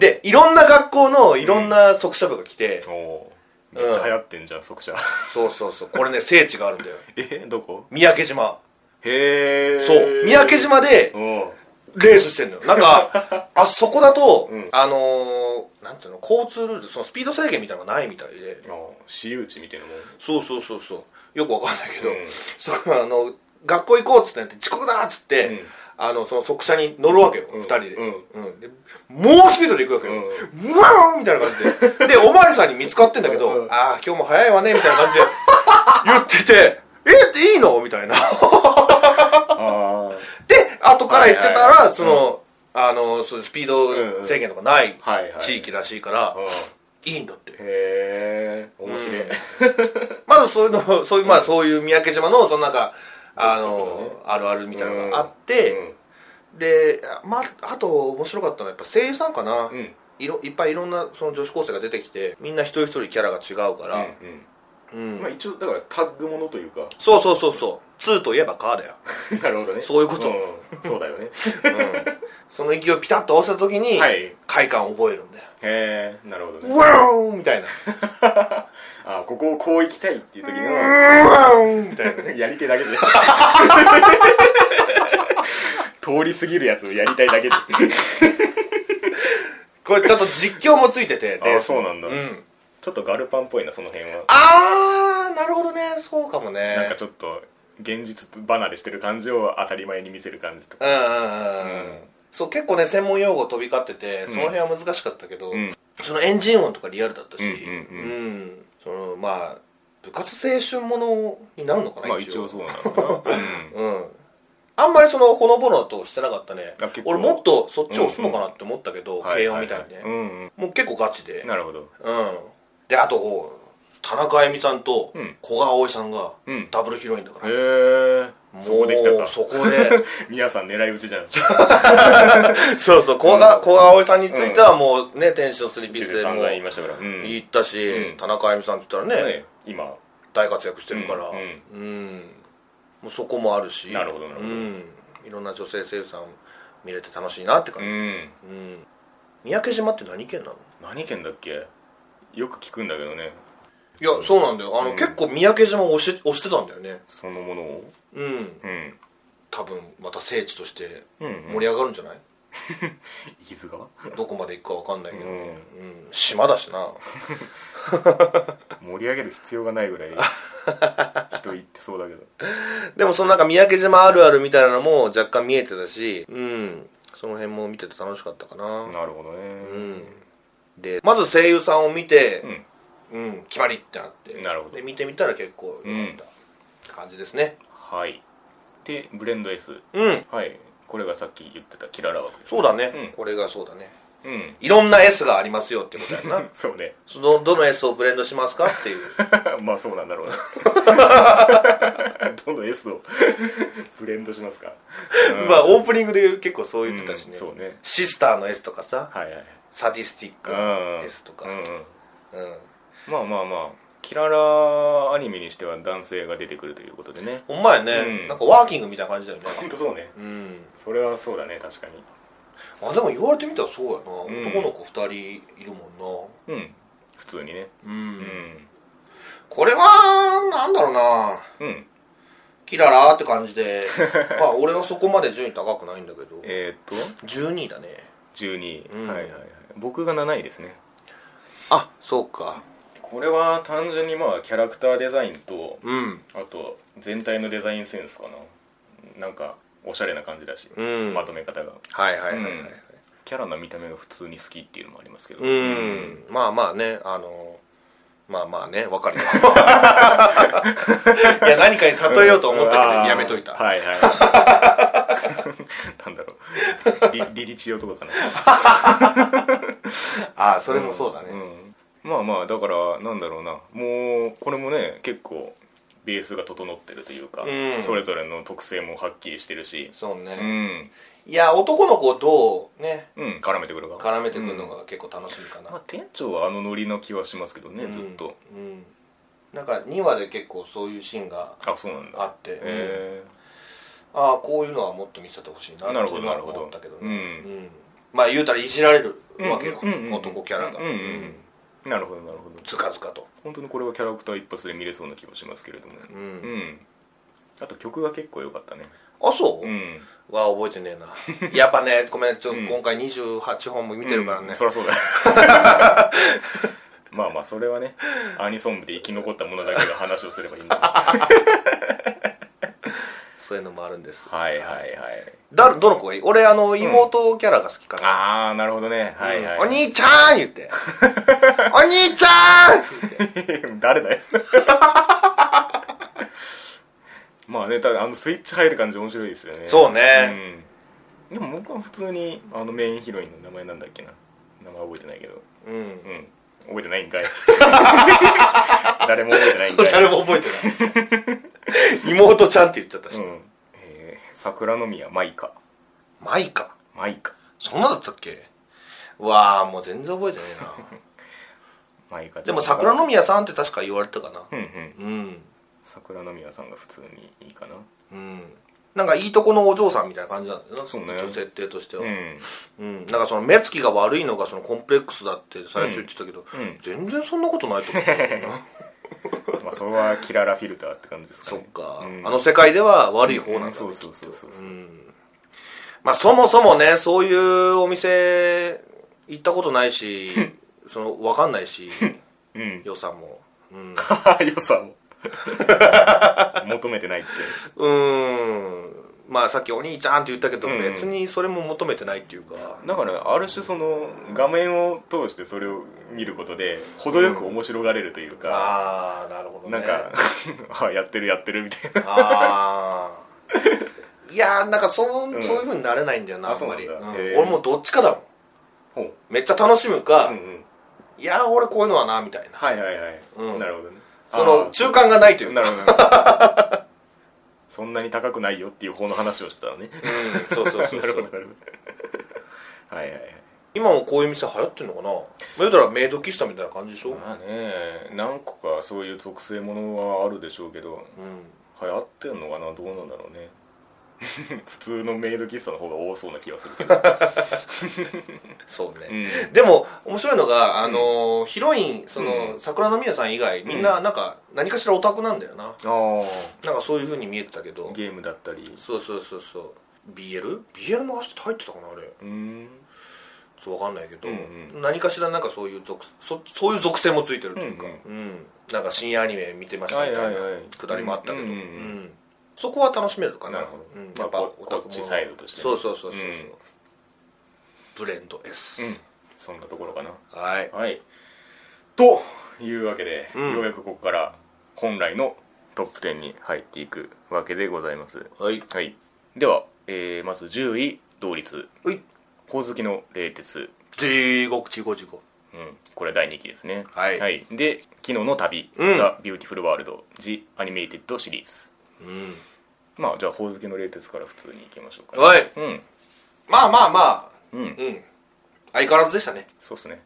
Speaker 2: でいろんな学校のいろんな即射部が来て、
Speaker 1: おーめっちゃ流行ってんじゃん、即者
Speaker 2: そうそうそうこれね聖地があるんだよ
Speaker 1: えどこ
Speaker 2: 三宅島
Speaker 1: へえ
Speaker 2: そう三宅島で
Speaker 1: おう
Speaker 2: レースしてんのよなんかあそこだと、
Speaker 1: うん
Speaker 2: あのー、なんていうの交通ルールそのスピード制限みたいなのがないみたいで
Speaker 1: おう私有地みたいなもん
Speaker 2: そうそうそうそうよくわかんないけど、
Speaker 1: うん
Speaker 2: そこあの学校行こうっつってなって遅刻だっつって、
Speaker 1: うん
Speaker 2: あのその即車に乗るわけよ、二人で,、
Speaker 1: うん
Speaker 2: で猛スピードで行くわけよ、うわーんみたいな感じででお巡りさんに見つかってんだけど「
Speaker 1: うん
Speaker 2: ああ今日も早いわね」みたいな 感じで言ってて「えいいの?」みたいな
Speaker 1: ああ
Speaker 2: で後から言ってたら、
Speaker 1: はいはいはい
Speaker 2: その、あのそういうスピード制限とかない
Speaker 1: はいはい
Speaker 2: 地域らしいから、
Speaker 1: うん
Speaker 2: いいんだって
Speaker 1: へえ面白い、
Speaker 2: まずそういうの、そういう、まあそういう三宅島の、そのなんか、あの、あるあるみたいなのがあって、で、まあ、あと面白かったのはやっぱ声優さんかな
Speaker 1: う。ん
Speaker 2: いろ、いっぱいいろんなその女子高生が出てきて、みんな一人一人キャラが違うから、う
Speaker 1: うん
Speaker 2: ん
Speaker 1: まあ、一応だからタッグものというか
Speaker 2: そうそうそうそう。2といえばカーだよ。
Speaker 1: なるほどね
Speaker 2: そういうこと
Speaker 1: んそうだよね
Speaker 2: その勢いをピタッと合わせた時に
Speaker 1: はい、
Speaker 2: 快感を覚えるんだよ。
Speaker 1: へえなるほどね
Speaker 2: うわーんみたいな。
Speaker 1: あーここをこう行きたいっていう時
Speaker 2: う
Speaker 1: の
Speaker 2: わーんみたい なね。
Speaker 1: やり手 だけで通り過ぎるやつをやりたいだけで
Speaker 2: これちょっと実況もついてて、
Speaker 1: あ
Speaker 2: で
Speaker 1: あそうなんだ、
Speaker 2: うん。
Speaker 1: ちょっとガルパンっぽいなその辺は
Speaker 2: あー、なるほどね。そうかもね。
Speaker 1: なんかちょっと現実離れしてる感じを当たり前に見せる感じとか
Speaker 2: うんうんうんうんそう結構ね専門用語飛び交っててその辺は難しかったけど、
Speaker 1: ん
Speaker 2: そのエンジン音とかリアルだったし
Speaker 1: うんうん
Speaker 2: うんそのまあ部活青春ものになるのかな、
Speaker 1: まあ
Speaker 2: 一
Speaker 1: 一
Speaker 2: 応
Speaker 1: 応そうなのかな、 うん
Speaker 2: うんあんまりそのほのぼのとしてなかったね
Speaker 1: あ結構
Speaker 2: 俺もっとそっちを押すのかなって思ったけど、
Speaker 1: はい
Speaker 2: 軽音みたいにね、
Speaker 1: ははうん
Speaker 2: もう結構ガチで
Speaker 1: うんなるほど
Speaker 2: うんであと田中あゆみさんと
Speaker 1: うん
Speaker 2: 古賀葵さんが
Speaker 1: うん
Speaker 2: ダブルヒロインだか
Speaker 1: へ
Speaker 2: ら、
Speaker 1: えそこできた
Speaker 2: も
Speaker 1: か
Speaker 2: うそこで
Speaker 1: 皆さん狙い撃ちじゃん
Speaker 2: そうそう古賀古賀葵さんについてはもうね天使のスリーピ ースで
Speaker 1: さん
Speaker 2: も
Speaker 1: が言いましたから、うん
Speaker 2: 行ったし、
Speaker 1: うん
Speaker 2: 田中あゆみさんって言ったらね
Speaker 1: ね今
Speaker 2: 大活躍してるから
Speaker 1: う
Speaker 2: うんん、もうそこもあるし
Speaker 1: なるほどなるほど
Speaker 2: うん、いろんな女性声優さん見れて楽しいなって感
Speaker 1: う
Speaker 2: じ、
Speaker 1: ん
Speaker 2: 三宅島って何県なの
Speaker 1: 何県だっけよく聞くんだけどね
Speaker 2: いやそうなんだよあの、結構三宅島を押し押してたんだよね
Speaker 1: そのものを
Speaker 2: うん
Speaker 1: うん
Speaker 2: 多分また聖地として
Speaker 1: ん
Speaker 2: 盛り上がるんじゃない、
Speaker 1: 伊豆川
Speaker 2: どこまで行くか分かんないけどね、うん島だしな
Speaker 1: 盛り上げる必要がないぐ らい人行ってそうだけど
Speaker 2: でもそのなんか三宅島あるあるみたいなのも若干見えてたしうんその辺も見てて楽しかったかな、
Speaker 1: なるほどね
Speaker 2: でまず声優さんを見て
Speaker 1: ん、
Speaker 2: うん決まりってなって
Speaker 1: なるほど
Speaker 2: で見てみたら結構よかった、
Speaker 1: うん
Speaker 2: って感じですね
Speaker 1: はいでブレンド S
Speaker 2: うん
Speaker 1: はいこれがさっき言ってたキララ枠です
Speaker 2: そうだね、
Speaker 1: うん
Speaker 2: これがそうだね
Speaker 1: うん
Speaker 2: いろんな S がありますよってことや な
Speaker 1: そうね
Speaker 2: そのどの S をブレンドしますかっていう
Speaker 1: まあそうなんだ ろうねどの S を ブレンドしますか
Speaker 2: まあオープニングで結構そう言ってたしね、
Speaker 1: うんそうね
Speaker 2: シスターの S とかさ、
Speaker 1: はいはい
Speaker 2: サディスティック
Speaker 1: うん
Speaker 2: の S とか
Speaker 1: うんうん
Speaker 2: うん、
Speaker 1: まあまあまあキララアニメにしては男性が出てくるということでね
Speaker 2: ほんまやね、
Speaker 1: うん
Speaker 2: なんかワーキングみたいな感じだよね
Speaker 1: 本当そうね
Speaker 2: うん
Speaker 1: それはそうだね確かに
Speaker 2: あでも言われてみたらそう
Speaker 1: ん
Speaker 2: やな、男の子2人いるも
Speaker 1: うん普通にね
Speaker 2: んなうん、
Speaker 1: うん
Speaker 2: これはなんだろうな
Speaker 1: うん
Speaker 2: キララーって感じ でまあ俺はそこまで順位高くないんだけど
Speaker 1: えーっと
Speaker 2: 12位だね
Speaker 1: 12位、
Speaker 2: うん
Speaker 1: はいはいはい僕が7位ですね
Speaker 2: あそうか
Speaker 1: これは単純にまあキャラクターデザインと
Speaker 2: うん
Speaker 1: あと全体のデザインセンスかななんかおしゃれな感じだし、
Speaker 2: うん
Speaker 1: まとめ方が
Speaker 2: はいはいはいはい
Speaker 1: キャラの見た目が普通に好きっていうのもありますけど
Speaker 2: うん、まあまあねあのまあまあねわか るよいや何かに例えようと思ったけど
Speaker 1: うん
Speaker 2: やめといた、
Speaker 1: あーはいはい なんだろうリリリチオとかかな
Speaker 2: ああそれもそうだね、
Speaker 1: うん、まあまあだからなんだろうなもうこれもね結構ベースが整ってるというか、
Speaker 2: うん
Speaker 1: それぞれの特性もはっきりしてるし
Speaker 2: そう
Speaker 1: う
Speaker 2: ね、
Speaker 1: ん、
Speaker 2: いや男の子をどうね
Speaker 1: うん、絡めてくるか
Speaker 2: 絡めてくるのが結構楽しみかな、
Speaker 1: まあ、店長はあのノリの気はしますけどね、
Speaker 2: うん
Speaker 1: ずっと
Speaker 2: うんなんか2話で結構そういうシーンが
Speaker 1: あそうなんだ
Speaker 2: あって、
Speaker 1: え
Speaker 2: ああこういうのはもっと見せてほしいなって
Speaker 1: なるほど
Speaker 2: 今
Speaker 1: なるほど
Speaker 2: 思ったけどね、
Speaker 1: うん
Speaker 2: うんまあ言うたらいじられる
Speaker 1: ー
Speaker 2: わけよ、
Speaker 1: うんうんうん
Speaker 2: 男キャラが、
Speaker 1: うんうんうんなるほどなるほど
Speaker 2: ずかずかと、
Speaker 1: 本当にこれはキャラクター一発で見れそうな気もしますけれども
Speaker 2: う
Speaker 1: うんんあと曲が結構良かったね
Speaker 2: あそう、
Speaker 1: うん
Speaker 2: わあ覚えてねえな やっぱねごめんちょっと
Speaker 1: うん
Speaker 2: 今回28本も見てるからね、
Speaker 1: うんそりゃそうだ まあまあそれはねアニソン部で生き残ったものだけが話をすればいいんだ
Speaker 2: そういうのもあるんです
Speaker 1: けどはいはいはい
Speaker 2: だどの子がいい俺あの妹キャラが好きかな、
Speaker 1: ああなるほどねはいはい、
Speaker 2: お兄ちゃん言 って「お兄ちゃん!」
Speaker 1: 誰だよまあねただあのスイッチ入る感じ面白いですよね
Speaker 2: そうね、
Speaker 1: うん、でも僕は普通にあのメインヒロインの名前なんだっけな名前覚えてないけど
Speaker 2: うん
Speaker 1: うん覚えてないんか い誰も覚えてないんかい
Speaker 2: 誰も覚えてない 妹ちゃんって言っちゃったし、
Speaker 1: うんえー桜宮舞香
Speaker 2: マイカ
Speaker 1: 舞香
Speaker 2: そんなだったっけうわあもう全然覚えてない な
Speaker 1: 舞香ちゃん
Speaker 2: でも桜
Speaker 1: の
Speaker 2: 宮さんって確か言われてたかな
Speaker 1: うんうん
Speaker 2: うん
Speaker 1: 桜宮さんが普通にいいかな
Speaker 2: うんなんかいいとこのお嬢さんみたいな感じなんだよな
Speaker 1: そうね
Speaker 2: 一応設定としては、
Speaker 1: う
Speaker 2: うん
Speaker 1: ん
Speaker 2: なんかその目つきが悪いのがそのコンプレックスだって最初言ってたけど、
Speaker 1: うんうん
Speaker 2: 全然そんなことない と思う
Speaker 1: まあそれはキララフィルターって感じですか
Speaker 2: そっ
Speaker 1: ね
Speaker 2: か、
Speaker 1: うん
Speaker 2: あの世界では悪い方なんだ、ね
Speaker 1: そうそうそうそうそう
Speaker 2: まあそもそもねそういうお店行ったことな いしその分かんないし
Speaker 1: うん
Speaker 2: 予算もうん
Speaker 1: 良さも求めてないって
Speaker 2: うーんまあさっきお兄ちゃんって言ったけど、
Speaker 1: うん
Speaker 2: 別にそれも求めてないっていうか
Speaker 1: だからある種その画面を通してそれを見ることで程よく面白がれるというか、
Speaker 2: ああなるほど
Speaker 1: な
Speaker 2: ね
Speaker 1: んか あやってるやってるみたいな
Speaker 2: ああいやーなんかそう,、
Speaker 1: ん
Speaker 2: そういうふうになれないんだよな
Speaker 1: あ
Speaker 2: あんまり、
Speaker 1: そう
Speaker 2: う
Speaker 1: なん
Speaker 2: ん
Speaker 1: だへー
Speaker 2: 俺もうどっちかだもん
Speaker 1: ほう
Speaker 2: めっちゃ楽しむか、
Speaker 1: うんうん
Speaker 2: いやー俺こういうのはなみたいな
Speaker 1: はいはいはい、
Speaker 2: うん
Speaker 1: なるほどね
Speaker 2: その
Speaker 1: あー
Speaker 2: 中間がないというか
Speaker 1: なるほど そんなに高くないよっていう方の話をしてたのね
Speaker 2: うんそうそうそ う
Speaker 1: なるほ
Speaker 2: そ
Speaker 1: ど
Speaker 2: う
Speaker 1: なるほどはいはいはい
Speaker 2: 今もこういう店流行ってんのかなまあ言うたらメイド喫茶みたいな感じでしょ、
Speaker 1: まあね何個かそういう特性ものはあるでしょうけど
Speaker 2: うん、
Speaker 1: 流行ってんのかなどうなんだろ うね普通のメイド喫茶の方が多そうな気がするけど
Speaker 2: そうね、
Speaker 1: う
Speaker 2: でも面白いのが、あのーヒロインその、
Speaker 1: う
Speaker 2: 桜の宮さん以外みんななんか、何かしらオタクなんだよな
Speaker 1: あ
Speaker 2: なんかそういうふうに見えてたけ
Speaker 1: あ
Speaker 2: ど
Speaker 1: ゲームだったり
Speaker 2: そうそうそうそう BL?BL の足って入ってたかなあれ
Speaker 1: うん
Speaker 2: そうわかんないけど、
Speaker 1: うん
Speaker 2: 何かしらなんかそういう属そそういう属性もついてるというか、うんなんか深夜アニメ見てましたみたいな
Speaker 1: はいはいはい
Speaker 2: くだりもあったけど、
Speaker 1: うんうんうん
Speaker 2: うんそこは楽しめるかな
Speaker 1: なるほど
Speaker 2: うん、
Speaker 1: まあ
Speaker 2: やっぱ
Speaker 1: こ
Speaker 2: オタク
Speaker 1: こっ
Speaker 2: も
Speaker 1: ちサイドとしてね
Speaker 2: そうそうそうそうそう、
Speaker 1: うん
Speaker 2: ブレンド S、
Speaker 1: うんそんなところかな
Speaker 2: はい
Speaker 1: はいというわけで、
Speaker 2: うん
Speaker 1: ようやくここから本来のトップ10に入っていくわけでございます
Speaker 2: はい
Speaker 1: はいでは、えーまず10位同率
Speaker 2: はい
Speaker 1: ほおずきの冷徹
Speaker 2: 地獄地獄地獄
Speaker 1: うん、これは第2期ですね
Speaker 2: はい
Speaker 1: で「昨日の旅、
Speaker 2: うん
Speaker 1: ザ・ビューティフル・ワールド」「ジ・アニメイテッド」シリーズ
Speaker 2: うん
Speaker 1: まあじゃあほおずきの冷徹から普通にいきましょうか、
Speaker 2: はい
Speaker 1: うん
Speaker 2: まあまあまあ
Speaker 1: うん
Speaker 2: うん相変わらずでしたね
Speaker 1: そうっすね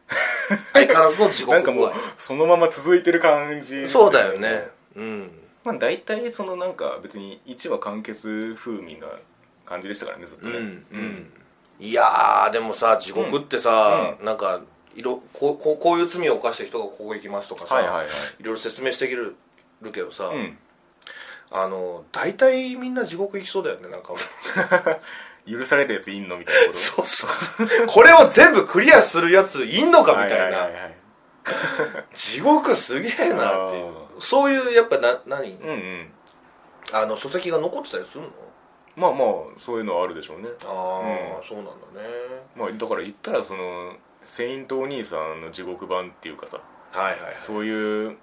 Speaker 2: 相変わらずの地
Speaker 1: なん
Speaker 2: 獄
Speaker 1: かも
Speaker 2: 具
Speaker 1: う
Speaker 2: 合
Speaker 1: そのまま続いてる感じです
Speaker 2: そうだよねうん
Speaker 1: まあ大体そのなんか別に1話完結風味な感じでしたからねずっとね
Speaker 2: うんいやーでもさ地獄ってさ、
Speaker 1: う
Speaker 2: なんかいろこうこうこういう罪を犯した人がここ行きますとかさ、
Speaker 1: はいはいはい
Speaker 2: ろいろ説明してきるるけどさ、
Speaker 1: うん
Speaker 2: あの大体みんな地獄行きそうだよねなんか
Speaker 1: 許されるやついんのみたいなこと
Speaker 2: うそう これを全部クリアするやついんのかみたいな、
Speaker 1: はいはいはいはい
Speaker 2: 地獄すげえなっていう
Speaker 1: あ
Speaker 2: そういうやっぱな何、
Speaker 1: うんうん
Speaker 2: あの書籍が残ってたりするの
Speaker 1: まあまあそういうのはあるでしょうね
Speaker 2: ああ、そうなんだね
Speaker 1: まあだから言ったらそのセイントお兄さんの地獄版っていうかさ
Speaker 2: はいはいはい
Speaker 1: そういう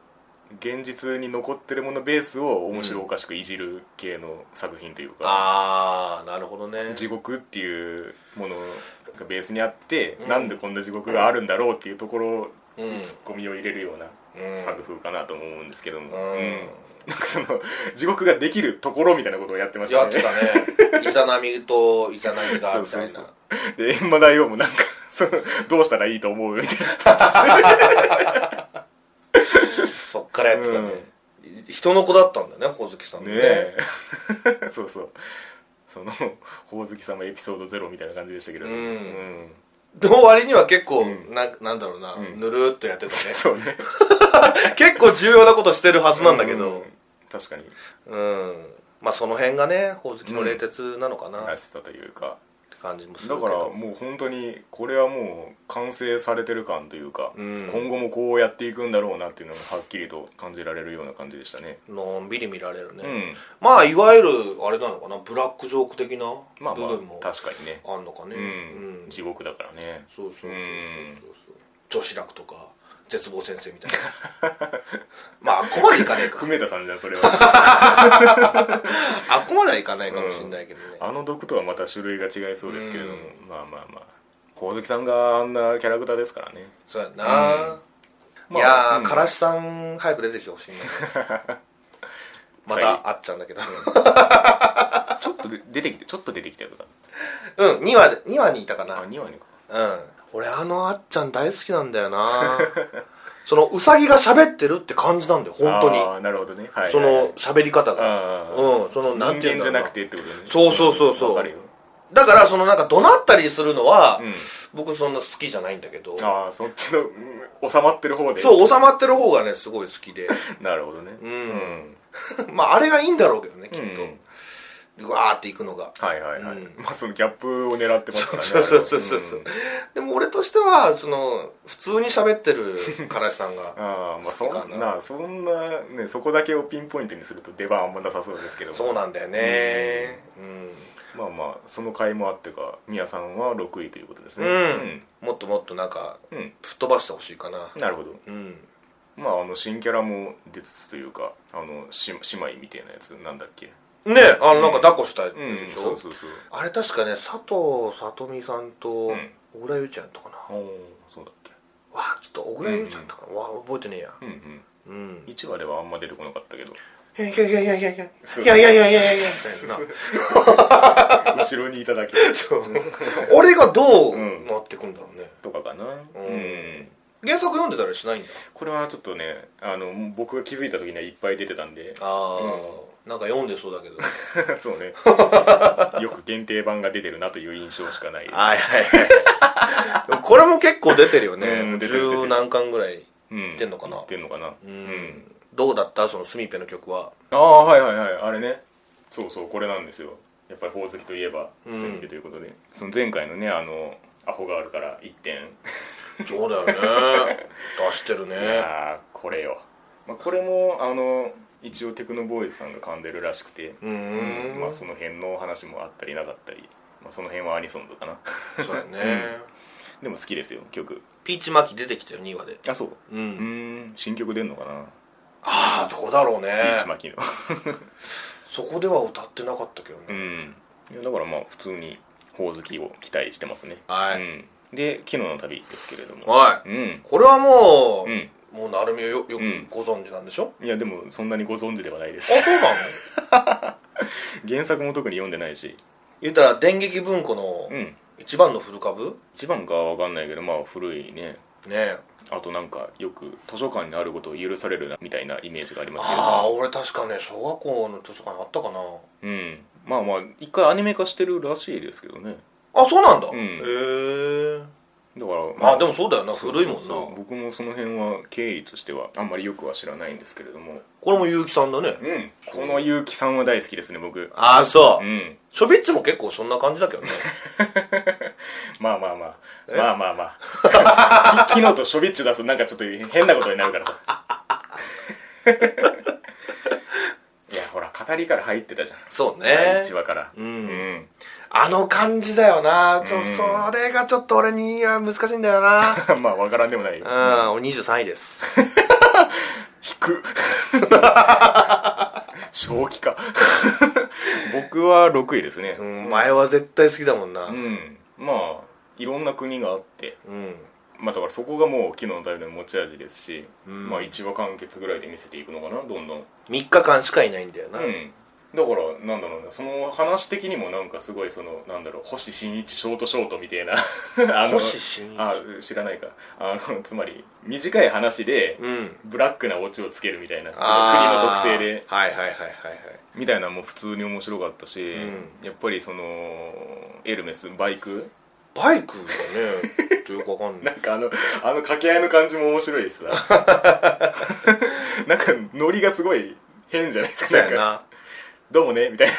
Speaker 1: 現実に残ってるものベースを面白おかしくいじる系の作品というか、
Speaker 2: ああなるほどね
Speaker 1: 地獄っていうものがベースにあって、
Speaker 2: うん
Speaker 1: なんでこんな地獄があるんだろうっていうところ
Speaker 2: うん
Speaker 1: にツッコミを入れるような
Speaker 2: うん
Speaker 1: 作風かなとも思うんですけども、
Speaker 2: うん
Speaker 1: なんかその地獄ができるところみたいなことをやってまし
Speaker 2: や
Speaker 1: た
Speaker 2: って
Speaker 1: ね
Speaker 2: た ねイザナミとイザナミがみた
Speaker 1: そ
Speaker 2: いうな
Speaker 1: そうで閻魔大王もなんかそのどうしたらいいと思うみたいな
Speaker 2: そっからやってたね、人の子だったんだねほおずきさん
Speaker 1: ね
Speaker 2: ね
Speaker 1: え そうそうそのほおずき様エピソードゼロみたいな感じでしたけど、
Speaker 2: うん
Speaker 1: うん
Speaker 2: の割には結構、
Speaker 1: ん
Speaker 2: ななんだろうな、
Speaker 1: ん
Speaker 2: ぬるーっとやってたね
Speaker 1: そうね
Speaker 2: 結構重要なことしてるはずなんだけ
Speaker 1: う
Speaker 2: ど
Speaker 1: ん確かに
Speaker 2: うん、まあその辺がねほおずきの冷徹なのかな、っ
Speaker 1: ら
Speaker 2: て
Speaker 1: しさというか
Speaker 2: 感じもす
Speaker 1: だ
Speaker 2: るけ
Speaker 1: か
Speaker 2: ど
Speaker 1: らもう本当にこれはもう完成されてる感というか、
Speaker 2: うん
Speaker 1: 今後もこうやっていくんだろうなっていうのがはっきりと感じられるような感じでしたね
Speaker 2: のんびり見られるね、
Speaker 1: うん
Speaker 2: まあいわゆるあれなのかなブラックジョーク的な
Speaker 1: まあま
Speaker 2: 部
Speaker 1: あ
Speaker 2: 分も
Speaker 1: 確かにね
Speaker 2: あんのかね、
Speaker 1: うん、
Speaker 2: うん
Speaker 1: 地獄だからね
Speaker 2: そうそうそうそうそう
Speaker 1: うん
Speaker 2: そう女子楽とか絶望先生みたいな まああっこまでいかないか
Speaker 1: 久米田さんじゃんそれは
Speaker 2: あっこまではいかないかもしれないけどね、
Speaker 1: あの毒とはまた種類が違いそうですけれども、まあまあまあほおずきさんがあんなキャラクターですからね
Speaker 2: そうやな、
Speaker 1: まあ
Speaker 2: いやー、
Speaker 1: うん
Speaker 2: からしさん早く出てきてほ しいねま
Speaker 1: 最
Speaker 2: たあっちゃうんだけど
Speaker 1: ちょっとで出てきてちょっと出てきたよとか
Speaker 2: うん2話で2話にいたかな
Speaker 1: あ
Speaker 2: うん
Speaker 1: 2話にか
Speaker 2: 俺あのあっちゃん大好きなんだよなそのうさぎが喋ってるって感じなんだよ本当に
Speaker 1: ああなるほどねはい
Speaker 2: そ
Speaker 1: はいはい
Speaker 2: の喋り方が
Speaker 1: ああ
Speaker 2: うんその
Speaker 1: 人
Speaker 2: なんていう
Speaker 1: 間じ
Speaker 2: んだろ
Speaker 1: ゃ
Speaker 2: うな
Speaker 1: なくてってことね
Speaker 2: そうそうそうそうん
Speaker 1: わかるよ
Speaker 2: だからそのなんか怒鳴ったりするのは、
Speaker 1: ん
Speaker 2: 僕そんな好きじゃないんだけど
Speaker 1: ああそっちのうん収まってる方で
Speaker 2: そう収まってる方がねすごい好きで
Speaker 1: なるほどねうん
Speaker 2: まああれがいいんだろうけどねきっ
Speaker 1: うん
Speaker 2: と、うわーっていくのが
Speaker 1: はいはいはい
Speaker 2: うん
Speaker 1: まあそのギャップを狙ってますからね
Speaker 2: そうそうそうそうそう
Speaker 1: うん
Speaker 2: でも俺としてはその普通に喋ってるからしさんが
Speaker 1: ああまあそ
Speaker 2: 好きか
Speaker 1: んなそんなねそこだけをピンポイントにすると出番あんまなさそうですけども
Speaker 2: そうなんだよねうん、
Speaker 1: まあまあその甲斐もあってかみやさんは6位ということですね
Speaker 2: うんもっともっとなんか
Speaker 1: うんうん
Speaker 2: 吹っ飛ばしてほしいかな
Speaker 1: なるほど
Speaker 2: うん
Speaker 1: まああの新キャラも出つつというかあのし姉妹みたいなやつなんだっけ
Speaker 2: ねあのなんか抱っこしたいで
Speaker 1: うん
Speaker 2: しょ、
Speaker 1: そうそうそう
Speaker 2: あれ確かね佐藤さとみさんと
Speaker 1: ん
Speaker 2: 小倉優ちゃんとかな、
Speaker 1: おーそうだっけ
Speaker 2: わあちょっと小倉優ちゃんとかな、わあ覚えてねえや、
Speaker 1: うんうん
Speaker 2: うん
Speaker 1: 1話ではあんま出てこなかったけど
Speaker 2: いやいやいやいやいやいや
Speaker 1: そう
Speaker 2: いやいやいやいやいやみたいな
Speaker 1: 後ろにいただけ
Speaker 2: そう俺がどう
Speaker 1: うん
Speaker 2: なってくんだろうね
Speaker 1: とかかなうん、
Speaker 2: 原作読んでたりしないんだ
Speaker 1: これはちょっとねあの僕が気づいた時にはいっぱい出てたんで
Speaker 2: ああなんか読んでそうだけ ど
Speaker 1: そう ねよく限定版が出てるなという印象しかないです
Speaker 2: はいはいはいこれも結構出てるよ
Speaker 1: うん
Speaker 2: ね
Speaker 1: 出てる出て
Speaker 2: 十
Speaker 1: る
Speaker 2: 何巻ぐらい
Speaker 1: うん
Speaker 2: 出んのかな
Speaker 1: 出んのかなう
Speaker 2: うんどうだったそのスミペの 曲は
Speaker 1: ああはいはいはいあれねそうそうこれなんですよやっぱり宝石といえば
Speaker 2: うん
Speaker 1: スミペということで、その前回のねあのアホがあるから1点
Speaker 2: そうだよね出してるね
Speaker 1: ああこれよ、まあ、これもあの一応テクノボーイズさんが噛んでるらしくて
Speaker 2: うーん
Speaker 1: まあ、その辺のお話もあったりなかったり、まあ、その辺はアニソンとかな
Speaker 2: そうやね
Speaker 1: でも好きですよ曲
Speaker 2: ピーチマキ出てきたよ2話で
Speaker 1: あそう
Speaker 2: う
Speaker 1: うんーん新曲出んのかな
Speaker 2: ああどうだろうね
Speaker 1: リーチマキの
Speaker 2: そこでは歌ってなかったけど
Speaker 1: う
Speaker 2: ね
Speaker 1: ん いやだからまあ普通にほおずきを期待してますね
Speaker 2: はい
Speaker 1: うん、で「昨日の旅」ですけれども
Speaker 2: は
Speaker 1: う
Speaker 2: い
Speaker 1: ん
Speaker 2: これはも
Speaker 1: うん
Speaker 2: うもうなるみをよよく
Speaker 1: うん
Speaker 2: ご存知なんでしょ
Speaker 1: いやでもそんなにご存知ではないで
Speaker 2: あ
Speaker 1: す
Speaker 2: そうなの
Speaker 1: 原作も特に読んでないし
Speaker 2: 言ったら電撃文庫の
Speaker 1: うん
Speaker 2: 一番の古株
Speaker 1: 一番かは分かんないけどまあ古いね
Speaker 2: ねえ
Speaker 1: あとなんかよく図書館にあることを許されるなみたいなイメージがありますけれど
Speaker 2: ああ
Speaker 1: も
Speaker 2: 俺確かね小学校の図書館にあったかな
Speaker 1: うんまあまあ一回アニメ化してるらしいですけどね
Speaker 2: あそうなんだ
Speaker 1: うん
Speaker 2: へえ
Speaker 1: だから
Speaker 2: まあでもそうだよな古いも
Speaker 1: そうそ
Speaker 2: ん
Speaker 1: う
Speaker 2: な
Speaker 1: 僕もその辺は経緯としてはあんまりよくは知らないんですけれども
Speaker 2: これも結城さんだね
Speaker 1: うんこの結城さんは大好きですね僕
Speaker 2: ああそううんショビッチも結構そんな感じだけど ね
Speaker 1: まあまあまあまあまあまあき昨 日とショビッチ出すとなんかちょっと変なことになる からさいやほら語りから入ってたじゃん
Speaker 2: そう
Speaker 1: 第
Speaker 2: ね
Speaker 1: 1話から
Speaker 2: うん
Speaker 1: ん
Speaker 2: あの感じだよなちょ、
Speaker 1: うん
Speaker 2: それがちょっと俺には難しいんだ よな
Speaker 1: まあわからんでもないよ
Speaker 2: うん、俺23位です。
Speaker 1: 引 く正気か僕は6位ですね
Speaker 2: うん、前は絶対好きだもんな。う。
Speaker 1: うんんまあいろんな国があってまあだからそこがもう昨日の旅の持ち味ですし、
Speaker 2: ん
Speaker 1: まあ1話完結ぐらいで見せていくのかなどんどんうん
Speaker 2: 3日間しかいないんだよな。
Speaker 1: だからなんだろうなその話的にもなんかすごいそのなんだろう星新一ショートショートみたいな あの
Speaker 2: 星新一
Speaker 1: あ知らないかあのつまり短い話で、
Speaker 2: うん。
Speaker 1: ブラックなオチをつけるみたいなその
Speaker 2: あー
Speaker 1: 国の特性で
Speaker 2: はいはいはいはいはい。
Speaker 1: みたいなのも普通に面白かったし、
Speaker 2: うん
Speaker 1: やっぱりそのエルメスバイク
Speaker 2: バイクがね、ちょっとよくわかんな。
Speaker 1: ないんかあのあの掛け合いの感じも面白い ですななんかノリがすごい変じゃないです
Speaker 2: そう
Speaker 1: かな
Speaker 2: や
Speaker 1: んか
Speaker 2: な。
Speaker 1: どうもねみたいな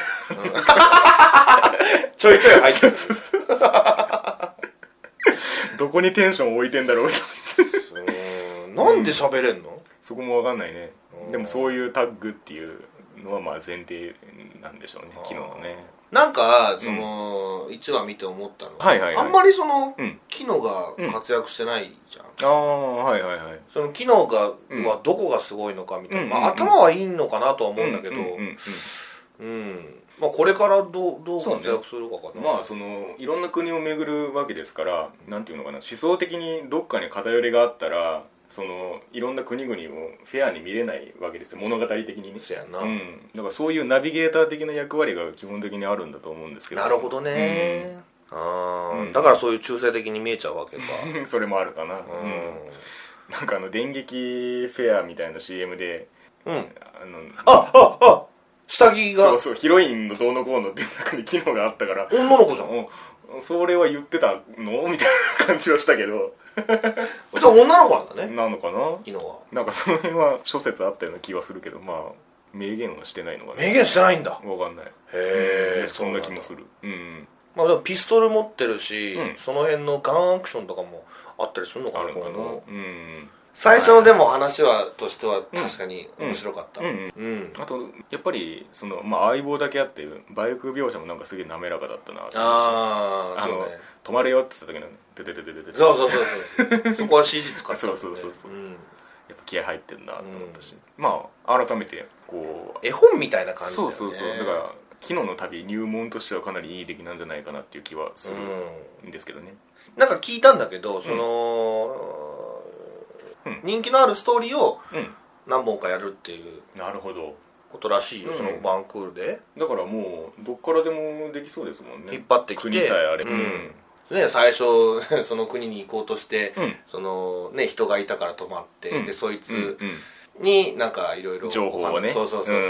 Speaker 2: ちょいちょい入ってる。
Speaker 1: どこにテンションを置いてんだろう
Speaker 2: うんなんで喋れんの
Speaker 1: そこもわかんないね
Speaker 2: うん
Speaker 1: でもそういうタッグっていうのはまあ前提なんでしょうね昨日のね
Speaker 2: なんか、その、1話見て思ったの
Speaker 1: はいはいはい
Speaker 2: あんまりその
Speaker 1: うん、
Speaker 2: 機能が活躍してないじゃん。
Speaker 1: ああはいはいはい
Speaker 2: その機能が、
Speaker 1: うん
Speaker 2: はどこがすごいのかみたいな、
Speaker 1: うん
Speaker 2: まあ、
Speaker 1: うんうん
Speaker 2: 頭はいいのかなとは思うんだけど、う
Speaker 1: うんんうんうん
Speaker 2: まあ、これからどうどう
Speaker 1: そうね
Speaker 2: 活躍するかかな、
Speaker 1: まあそのいろんな国を巡るわけですからなんていうのかな思想的にどっかに偏りがあったらそのいろんな国々をフェアに見れないわけですよ物語的にね
Speaker 2: そやな、
Speaker 1: うん、だからそういうナビゲーター的な役割が基本的にあるんだと思うんですけど
Speaker 2: なるほどね、あー
Speaker 1: うん
Speaker 2: だからそういう中性的に見えちゃうわけか、
Speaker 1: うん それもあるかな、うん
Speaker 2: う
Speaker 1: なんかあの電撃フェアみたいな CM で
Speaker 2: んうん、
Speaker 1: あの
Speaker 2: あああ下着が
Speaker 1: そうそうヒロインのどうのこうのっていう中に機能があったから
Speaker 2: 女の子じゃん
Speaker 1: うんそれは言ってたのみたいな感じはしたけど
Speaker 2: じゃあ女の子なんだね
Speaker 1: なのかな
Speaker 2: 機能は
Speaker 1: なんかその辺は諸説あったような気はするけどまあ明言はしてないのか
Speaker 2: 明言してないんだ
Speaker 1: なわかんない
Speaker 2: へえ
Speaker 1: そんな気もするうん
Speaker 2: まあでもピストル持ってるし、
Speaker 1: うん
Speaker 2: その辺のガンアクションとかもあったりするのか
Speaker 1: あ
Speaker 2: な
Speaker 1: るのか
Speaker 2: 今後
Speaker 1: なうん
Speaker 2: 最初のでも話はとしては確かに面白かった
Speaker 1: うんうん
Speaker 2: うん
Speaker 1: あとやっぱりその、まあ、相棒だけあってバイク描写もなんかすげえ滑らかだったなって
Speaker 2: ああ
Speaker 1: あ
Speaker 2: そう
Speaker 1: の、
Speaker 2: ね
Speaker 1: 止まるよって言った時の「ててててててて」
Speaker 2: そうそうそう そうそこは CG 使った
Speaker 1: そうそうそうそうんやっぱ気合入ってんなと思ったし、まあ改めてこう
Speaker 2: 絵本みたいな感じだ
Speaker 1: そ
Speaker 2: よ
Speaker 1: う
Speaker 2: ね
Speaker 1: そうそうだから昨日の旅入門としてはかなりいい出来なんじゃないかなっていう気はす
Speaker 2: う
Speaker 1: るんですけどね、
Speaker 2: んなんか聞いたんだけどその人気のあるストーリーを
Speaker 1: うん
Speaker 2: 何本かやるっていう
Speaker 1: なるほど
Speaker 2: ことらしいよ、
Speaker 1: うん
Speaker 2: そのワンクールで
Speaker 1: だからもうどっからでもできそうですもんね
Speaker 2: 引っ張ってきて
Speaker 1: 国さえあれば
Speaker 2: うんね、最初 その国に行こうとして、
Speaker 1: うん
Speaker 2: そのね、人がいたから泊まって、
Speaker 1: うん
Speaker 2: でそいつ
Speaker 1: うんうん
Speaker 2: になんかいろいろ
Speaker 1: 情報をね
Speaker 2: そうそうそう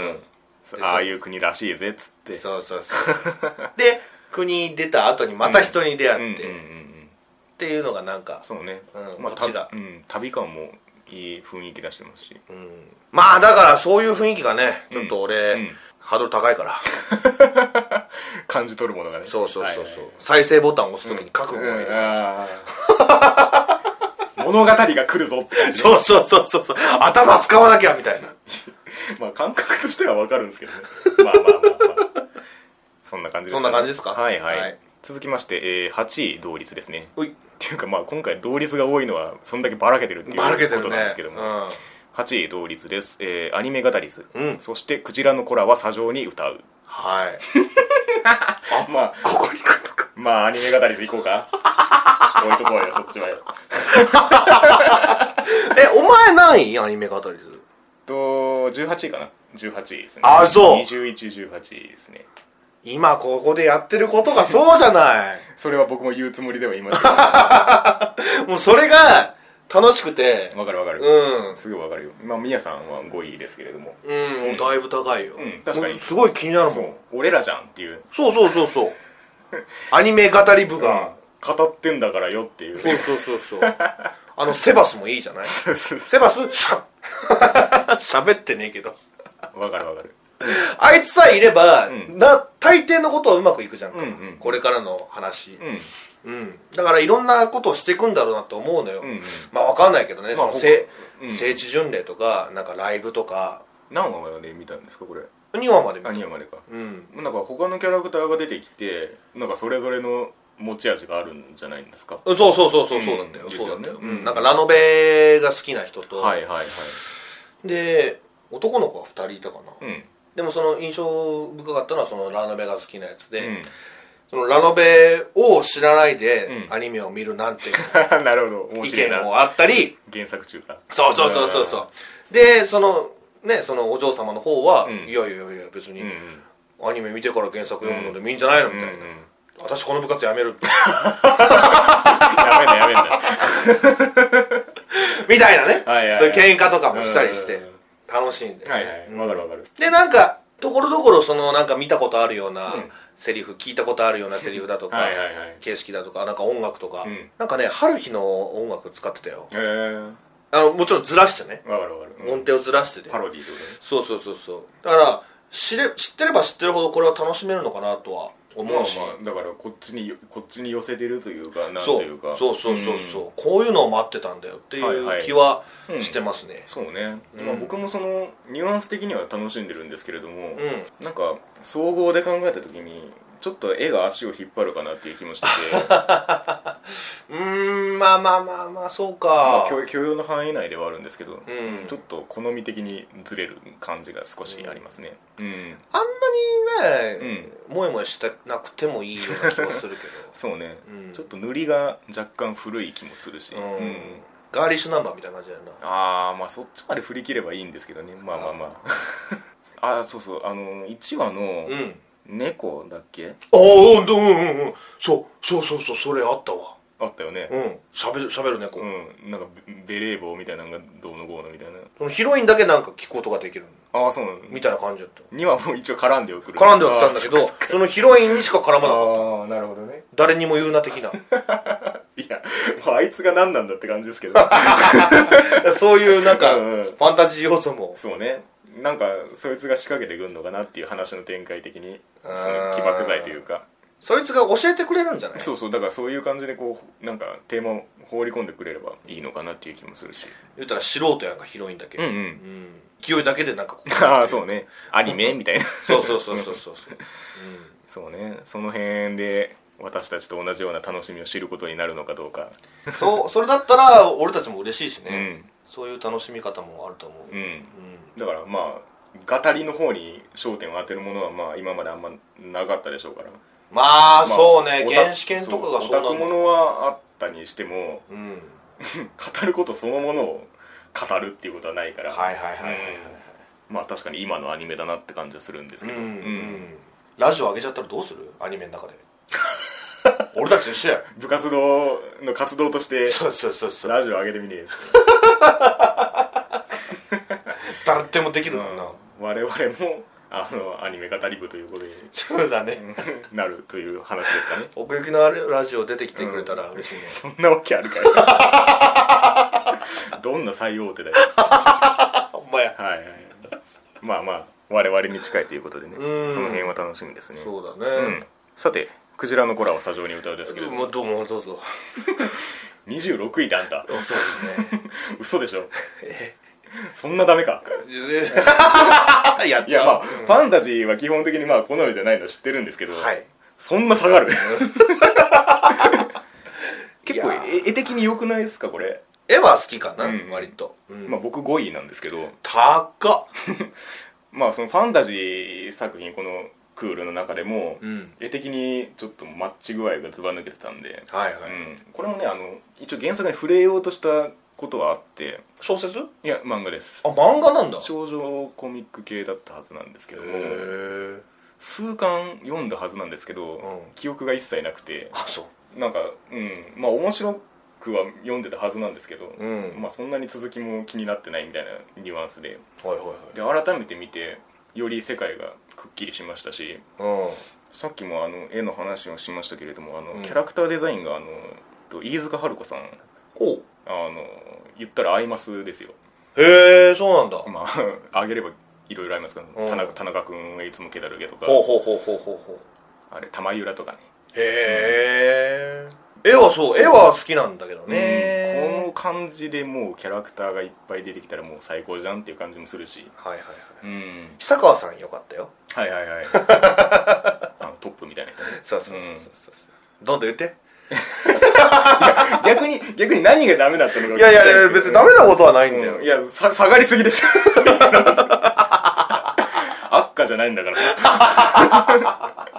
Speaker 2: そう、
Speaker 1: うんああいう国らしいぜっつって
Speaker 2: そうそうそうで国出た後にまた人に出
Speaker 1: うんう
Speaker 2: 会
Speaker 1: ん
Speaker 2: っ
Speaker 1: うん
Speaker 2: て、
Speaker 1: う
Speaker 2: っ
Speaker 1: ん
Speaker 2: ていうのがなんか
Speaker 1: そうね、
Speaker 2: うん
Speaker 1: まあ
Speaker 2: こっちが
Speaker 1: たうん、旅感もいい雰囲気出してますし
Speaker 2: まあだからそういう雰囲気がねちょっと俺、
Speaker 1: うん
Speaker 2: ハードル高いから
Speaker 1: 感じ取るものがね
Speaker 2: そうそうそうそう、
Speaker 1: はいはいはい
Speaker 2: 再生ボタンを押すときに覚悟がいる、
Speaker 1: あー物語が来るぞって感じね
Speaker 2: そうそうそうそうそう頭使わなきゃみたいな
Speaker 1: まあ感覚としては分かるんですけどねまあまあまあ、まあ、そんな感じですかね
Speaker 2: そんな感じですか
Speaker 1: はいはい、
Speaker 2: はい
Speaker 1: 続きまして、えー、8位同率ですね
Speaker 2: うい
Speaker 1: っていうかまあ今回同率が多いのはそんだけばらけてるっていう
Speaker 2: ばらけ
Speaker 1: こ
Speaker 2: てる
Speaker 1: と
Speaker 2: ね
Speaker 1: なんですけども、
Speaker 2: うん
Speaker 1: 8位同率です、えーアニメ語りず、
Speaker 2: うん
Speaker 1: そして「クジラの子らは砂上に歌う
Speaker 2: はい」
Speaker 1: まあ
Speaker 2: ここに来るのか
Speaker 1: まあアニメ語りず行こうか置いとこうよそっちはよ
Speaker 2: えお前何位アニメ語りず
Speaker 1: と18位かな18位ですね
Speaker 2: あそう
Speaker 1: 2118位ですね
Speaker 2: 今ここでやってることがそうじゃな
Speaker 1: それは僕も言うつもりではいました
Speaker 2: いもうそれが楽しくて
Speaker 1: わかるわかる、
Speaker 2: うん
Speaker 1: すぐわかるよまあみやさんは5位ですけれども
Speaker 2: うん、だいぶ高いよ、
Speaker 1: ん確かに
Speaker 2: もうすごい気になるもん
Speaker 1: そう俺らじゃんっていう
Speaker 2: そうそうそう そうアニメ語り部が、
Speaker 1: 語ってんだからよっていう
Speaker 2: そうそうそうそうあのセバスもいいじゃないセバスしゃ 喋ってねえけど
Speaker 1: わかるわかる
Speaker 2: あいつさえいれば、
Speaker 1: ん
Speaker 2: な大抵のことはうまくいくじゃんか、
Speaker 1: んうん
Speaker 2: これからの話
Speaker 1: うん
Speaker 2: うん、だからいろんなことをしていくんだろうなと思うのよ、
Speaker 1: んうん
Speaker 2: まあわかんないけどね、
Speaker 1: まあ
Speaker 2: そのせ
Speaker 1: ほかうん
Speaker 2: 聖地巡礼とかなんかライブとか
Speaker 1: 何話まで見たんですかこれ
Speaker 2: 2話まで見
Speaker 1: あ
Speaker 2: た
Speaker 1: 2話までか
Speaker 2: うん
Speaker 1: なんか他のキャラクターが出てきてなんかそれぞれの持ち味があるんじゃないんですか
Speaker 2: そうそうそうそうそうだったよ、
Speaker 1: うん
Speaker 2: そうだったよ、
Speaker 1: ですよね
Speaker 2: うんなんかラノベが好きな人と、
Speaker 1: はいはいはい
Speaker 2: で男の子が2人いたかな、
Speaker 1: うん
Speaker 2: でもその印象深かったのはそのラノベが好きなやつで、
Speaker 1: うん
Speaker 2: そのラノベを知らないで
Speaker 1: うん
Speaker 2: アニメを見るなんていう
Speaker 1: なるほど 面
Speaker 2: 意
Speaker 1: 白い
Speaker 2: 見
Speaker 1: な
Speaker 2: もあったり
Speaker 1: 原作中か
Speaker 2: そうそうそうそうそうでそのねそのお嬢様の方は、いやいやいや別に
Speaker 1: うんうん
Speaker 2: アニメ見てから原作読むのでもいいんじゃないのみたいな、
Speaker 1: うんうん
Speaker 2: 私この部活やめる
Speaker 1: やめんなやめんな
Speaker 2: みたいなね、
Speaker 1: はいはいはい
Speaker 2: そういう喧嘩とかも したりし
Speaker 1: う
Speaker 2: て
Speaker 1: んうんうん
Speaker 2: 楽しんで、
Speaker 1: はいはいわかるわかる
Speaker 2: でなんかところどころそのなんか見たことあるようなセリフ、聞いたことあるよ うなセリフだとか
Speaker 1: はいはいはい
Speaker 2: 形式だとかなんか音楽とか、
Speaker 1: ん
Speaker 2: なんかね春日の音楽使ってたよ
Speaker 1: へえ
Speaker 2: あのもちろんずらしてね
Speaker 1: わかるわかるう
Speaker 2: 音
Speaker 1: ん
Speaker 2: 程をずらしてて、
Speaker 1: パロディーってことね
Speaker 2: そうそうそうそうだから知れ知ってれば知ってるほどこれは楽しめるのかなとは
Speaker 1: ま
Speaker 2: 思
Speaker 1: あ
Speaker 2: うし、
Speaker 1: まあだからこっちにこっちに寄せてるというかなん
Speaker 2: そ
Speaker 1: と
Speaker 2: う
Speaker 1: いうか
Speaker 2: そうそうそうそう、こういうのを待ってたんだよってい
Speaker 1: はいは
Speaker 2: う
Speaker 1: い
Speaker 2: 気はしてますね、
Speaker 1: そうね、まあ僕もそのニュアンス的には楽しんでるんですけれども、
Speaker 2: う
Speaker 1: なんか総合で考えた時にちょっと絵が足を引っ張るかなっていう気もしてて
Speaker 2: うーんまあまあまあまあそうか、
Speaker 1: まあ許許容の範囲内ではあるんですけど、
Speaker 2: ん
Speaker 1: ちょっと好み的にずれる感じが少しありますね、うん
Speaker 2: あんなにね、もやもやしてなくてもいいような気はするけ
Speaker 1: そうね、
Speaker 2: うん
Speaker 1: ちょっと塗りが若干古い気もするし、
Speaker 2: ど、
Speaker 1: う
Speaker 2: うんん、ガーリッシュナンバーみたいな感じだよな
Speaker 1: ああまあそっちまで振り切ればいいんですけどねまあまあまあああそうそうあの1話の
Speaker 2: うん
Speaker 1: 猫だっけ、
Speaker 2: ああうんうんうんうんそうそうそうそうそれあったわ
Speaker 1: あったよね、
Speaker 2: うんしゃべるしゃべる猫、
Speaker 1: うん、なんかベベレー帽みたいなのがどうのこうのみたいな
Speaker 2: そのヒロインだけなんか聞くことができる
Speaker 1: ああそうなの
Speaker 2: みたいな感じだった
Speaker 1: にはもう一応絡んではくる
Speaker 2: 絡んではきたんだけど
Speaker 1: あーそっ
Speaker 2: そのヒロインにしか絡
Speaker 1: か
Speaker 2: まなかった
Speaker 1: あーなるほどね
Speaker 2: 誰にも言うな的な
Speaker 1: いや、まあ、あいつが何なんだって感じですけ ど
Speaker 2: そういうなんか
Speaker 1: う
Speaker 2: フ
Speaker 1: んうん
Speaker 2: ァンタジー要素も
Speaker 1: そうねなんかそいつが仕掛けてくんのかなっていう話の展開的にそ
Speaker 2: あー
Speaker 1: の起爆剤というか
Speaker 2: そいつが教えてくれるんじゃない
Speaker 1: そうそうだからそういう感じでこうなんかテーマを放り込んでくれればいいのかなっていう気もするし
Speaker 2: 言ったら素人やんかヒロインだけ、
Speaker 1: うんう
Speaker 2: うん ん勢いだけでなんかこう
Speaker 1: ああそうねアニメみたいな
Speaker 2: そうそうそうそうそうそう
Speaker 1: そうねその辺で私たちと同じような楽しみを知ることになるのかどうか
Speaker 2: そうそれだったら俺たちも嬉しいしね、
Speaker 1: うん
Speaker 2: そういう楽しみ方もあると思う、
Speaker 1: う
Speaker 2: うん
Speaker 1: んだからまあ語りの方に焦点を当てるものはまあ今まであんまなかったでしょうから
Speaker 2: まあ、
Speaker 1: まあ
Speaker 2: そうね
Speaker 1: オタ
Speaker 2: 原始圏とかがそう
Speaker 1: オタ
Speaker 2: な
Speaker 1: クも
Speaker 2: んだ
Speaker 1: のはあったにしても
Speaker 2: うん
Speaker 1: 語ることそのものを語るっていうことはないから、
Speaker 2: はいはいはいはいはい
Speaker 1: まあ確かに今のアニメだなって感じはするんですけ
Speaker 2: う
Speaker 1: ど、
Speaker 2: ん、う
Speaker 1: うん
Speaker 2: ん、ラジオ上げちゃったらどうするアニメの 中で俺たちと一緒や
Speaker 1: 部活動の活動として
Speaker 2: そうそうそうそう
Speaker 1: ラジオ上げてみねえ
Speaker 2: 誰でもできるもんな、
Speaker 1: 我々もあのアニメ語り部ということに
Speaker 2: そうだね、
Speaker 1: なるという話ですかね
Speaker 2: 奥行きのあるラジオ出てきてくれたら嬉しいね、
Speaker 1: そんなわけあるかよ どんな最大手だよ
Speaker 2: あ ほんまや
Speaker 1: はいはいまあまあ我々に近いということでね
Speaker 2: うん
Speaker 1: その辺は楽しみですね
Speaker 2: そうだ
Speaker 1: う
Speaker 2: ね
Speaker 1: ん、さて「クジラの子らは砂上に歌う」ですけれど
Speaker 2: も
Speaker 1: も
Speaker 2: うどうもどうぞ
Speaker 1: 26位だあんた
Speaker 2: そうです ね
Speaker 1: 嘘でしょそんなダメか
Speaker 2: やっ
Speaker 1: い
Speaker 2: た
Speaker 1: やまあ、ファンタジーは基本的にまあ好みじゃないの知ってるんですけど、
Speaker 2: はい
Speaker 1: そんな下がる 結構
Speaker 2: いや
Speaker 1: 絵絵的に良くないですかこれ、
Speaker 2: 絵は好きかな、
Speaker 1: うん
Speaker 2: 割と、うん
Speaker 1: まあ、僕5位なんですけど
Speaker 2: 高っ
Speaker 1: まあそのファンタジー作品このクールの中でも、
Speaker 2: うん
Speaker 1: 絵的にちょっとマッチ具合がずば抜けてたんで、
Speaker 2: はいは
Speaker 1: う
Speaker 2: い、
Speaker 1: ん、これもねあの一応原作に触れようとしたことはあって
Speaker 2: 小説あ
Speaker 1: いや漫画です
Speaker 2: 漫画なんだへ
Speaker 1: 少女コミック系だったはずなんですけども
Speaker 2: え
Speaker 1: 数巻読んだはずなんですけど、
Speaker 2: うん
Speaker 1: 記憶が一切なくて
Speaker 2: あそう
Speaker 1: なんかうんまあ面白くは読んでたはずなんですけど、
Speaker 2: うん
Speaker 1: まあそんなに続きも気になってないみたいなニュアンスで
Speaker 2: はいはい
Speaker 1: で改めて見てより世界がくっきりしましたし
Speaker 2: はい
Speaker 1: さっきもあの絵の話をしましたけれどもあの、
Speaker 2: うん
Speaker 1: キャラクターデザインがあのと飯塚春子さん
Speaker 2: うんこ
Speaker 1: あの言ったらアイマスですよ
Speaker 2: うへえそうなんだ、
Speaker 1: まあ あげればいろいろありますけど、
Speaker 2: うん
Speaker 1: 田中田中君はいつもけだるげとか
Speaker 2: ほうほうほうほうほうほ
Speaker 1: あれ玉浦とかね
Speaker 2: うへえ絵はそう絵は好きなんだけどね
Speaker 1: この感じでもうキャラクターがいっぱい出てきたらもう最高じゃんっていう感じもするし
Speaker 2: はいはいはい
Speaker 1: うん
Speaker 2: 久川さんよかったよ
Speaker 1: はいはい はいあのトップみたいな人ね
Speaker 2: そうそうそうそうそうそうどんどん言って
Speaker 1: 逆に逆に何がダメだったのか聞
Speaker 2: い
Speaker 1: きた
Speaker 2: やい
Speaker 1: ですけど
Speaker 2: やいや別にダメなことはないんだ
Speaker 1: うん
Speaker 2: よ
Speaker 1: いやさ下がりすぎでしょ 悪化じゃないんだから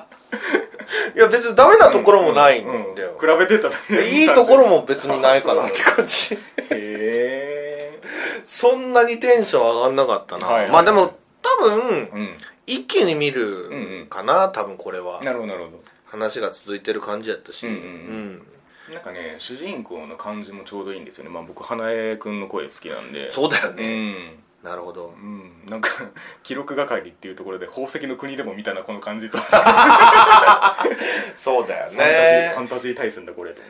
Speaker 2: いや別にダメなところもないんだよ
Speaker 1: 比べてっただけ
Speaker 2: いいところも別にないかなって感じ
Speaker 1: へえ
Speaker 2: そんなにテンション上がんなかったな、
Speaker 1: はいはい
Speaker 2: まあでも多分、
Speaker 1: うん
Speaker 2: 一気に見
Speaker 1: んう
Speaker 2: る
Speaker 1: ん
Speaker 2: かな、多分これは
Speaker 1: なるほどなるほど
Speaker 2: 話が続いてる感じやったし
Speaker 1: うんうんなんかね主人公の感じもちょうどいいんですよねまあ僕花江君の声好きなんで
Speaker 2: そうだよ
Speaker 1: う
Speaker 2: ね、
Speaker 1: ん
Speaker 2: なるほど
Speaker 1: うん、なんか 記録係っていうところで宝石の国でも見たなこの感じ とフ
Speaker 2: そうだよ
Speaker 1: ァンタジー
Speaker 2: ね
Speaker 1: ファンタジー対戦だこれと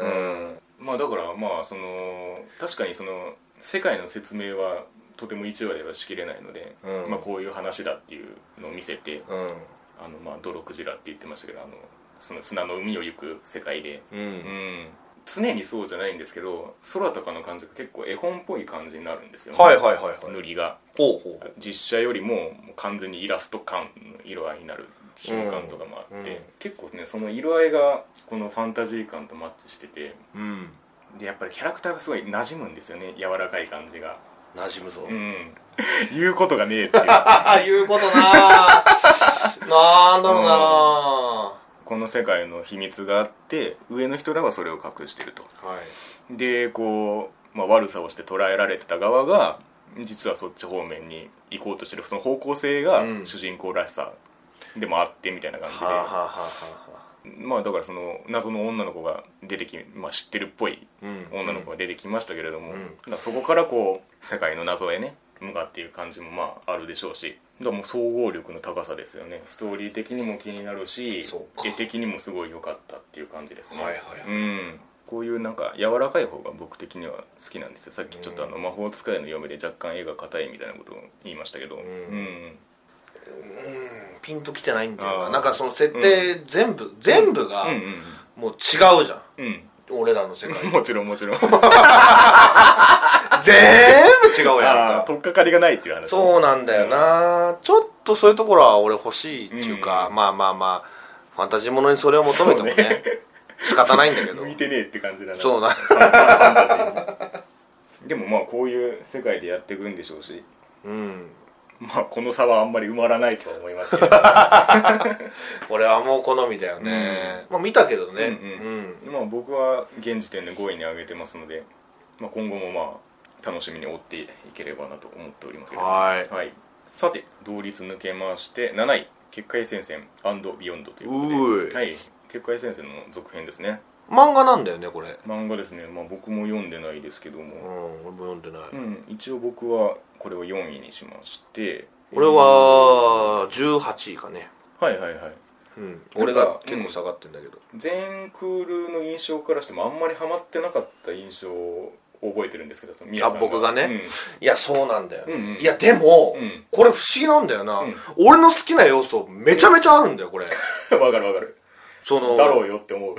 Speaker 1: 思って
Speaker 2: うん
Speaker 1: まあだからまあその確かにその世界の説明はとても一話ではしきれないので、
Speaker 2: うん
Speaker 1: まあこういう話だっていうのを見せて
Speaker 2: うん
Speaker 1: あのまあ泥クジラって言ってましたけどあのその砂の海を行く世界で、
Speaker 2: うん、
Speaker 1: うん、常にそうじゃないんですけど空とかの感じが結構絵本っぽい感じになるんですよね、
Speaker 2: はいはいはいはい
Speaker 1: 塗りが。
Speaker 2: ほうほう
Speaker 1: 実写よりももう完全にイラスト感の色合いになる瞬間とかもあって、
Speaker 2: うんうん
Speaker 1: 結構ねその色合いがこのファンタジー感とマッチしてて
Speaker 2: うん
Speaker 1: でやっぱりキャラクターがすごい馴染むんですよね柔らかい感じが
Speaker 2: 馴染むぞ、
Speaker 1: うん 言うことがねえって いう
Speaker 2: ああいうことな ーなんだろうな
Speaker 1: この世界の秘密があって上の人らはそれを隠してると
Speaker 2: ー、はい
Speaker 1: でこう、まあ、悪さをして捉えられてた側が実はそっち方面に行こうとしてるその方向性が
Speaker 2: うん
Speaker 1: 主人公らしさでもあってみたいな感じで、
Speaker 2: はあ、はあはあはあ
Speaker 1: まあだからその謎の女の子が出てき、まあ、知ってるっぽい
Speaker 2: うん
Speaker 1: 女の子が出てきましたけれども、
Speaker 2: ん
Speaker 1: だからそこからこう世界の謎へね向かっていく感じもまああるでしょうしだからもう総合力の高さですよねストーリー的にも気になるし
Speaker 2: そうか
Speaker 1: 絵的にもすごい良かったっていう感じですね、
Speaker 2: はいはいはい
Speaker 1: うん、こういうなんか柔らかい方が僕的には好きなんですよさっきちょっとあの魔法使いの嫁で若干絵が硬いみたいなことを言いましたけど、うん
Speaker 2: ピンときてないんだよ
Speaker 1: あ
Speaker 2: な
Speaker 1: ー
Speaker 2: なんかその設定全部、全部が
Speaker 1: うん
Speaker 2: もう違うじゃん、
Speaker 1: うんうん
Speaker 2: 俺らの世界
Speaker 1: うん もちろんもちろん
Speaker 2: 全部違うや
Speaker 1: あ
Speaker 2: ん
Speaker 1: ー
Speaker 2: か
Speaker 1: 取っかかりがないっていう話
Speaker 2: そうなんだよな、ちょっとそういうところは俺欲しいっていうか、
Speaker 1: う
Speaker 2: まあまあまあファンタジーものにそれを求めてもね
Speaker 1: そうね
Speaker 2: 仕方ないんだ けど
Speaker 1: 向いてねえって感じだな
Speaker 2: そうな
Speaker 1: ファンタジーにでもまあこういう世界でやっていくんでしょうし
Speaker 2: うん
Speaker 1: まあこの差はあんまり埋まらないとは思いますけどま
Speaker 2: 俺はもう好みだよね、まあ見たけどね
Speaker 1: うん
Speaker 2: うん、
Speaker 1: あ僕は現時点で5位に上げてますので、まあ、今後もまあ楽しみに追っていければなと思っておりますけど
Speaker 2: はい
Speaker 1: はい、さて同率抜けまして7位「結界戦線ビヨンド」という
Speaker 2: う
Speaker 1: こ
Speaker 2: ー
Speaker 1: と
Speaker 2: い
Speaker 1: で、はい、結界戦線の続編ですね
Speaker 2: 漫画なんだよねこれ
Speaker 1: 漫画ですね、まあ、僕も読んでないですけど
Speaker 2: う
Speaker 1: も、
Speaker 2: ん俺も読んでない、
Speaker 1: うん、一応僕はこれを4位にしまして
Speaker 2: 俺は18位かね
Speaker 1: はいはいはい
Speaker 2: うん俺が結構下がってんだけど、
Speaker 1: 全クールの印象からしてもあんまりハマってなかった印象を覚えてるんですけど宮
Speaker 2: あ
Speaker 1: さん
Speaker 2: 僕がね、
Speaker 1: うん
Speaker 2: いやそうなんだよ、ね
Speaker 1: うんうん
Speaker 2: いやでも、
Speaker 1: うん
Speaker 2: これ不思議なんだよな、
Speaker 1: ん
Speaker 2: 俺の好きな要素めちゃめちゃあるんだよこれ
Speaker 1: わかるわかる
Speaker 2: その
Speaker 1: だろうよって思ううん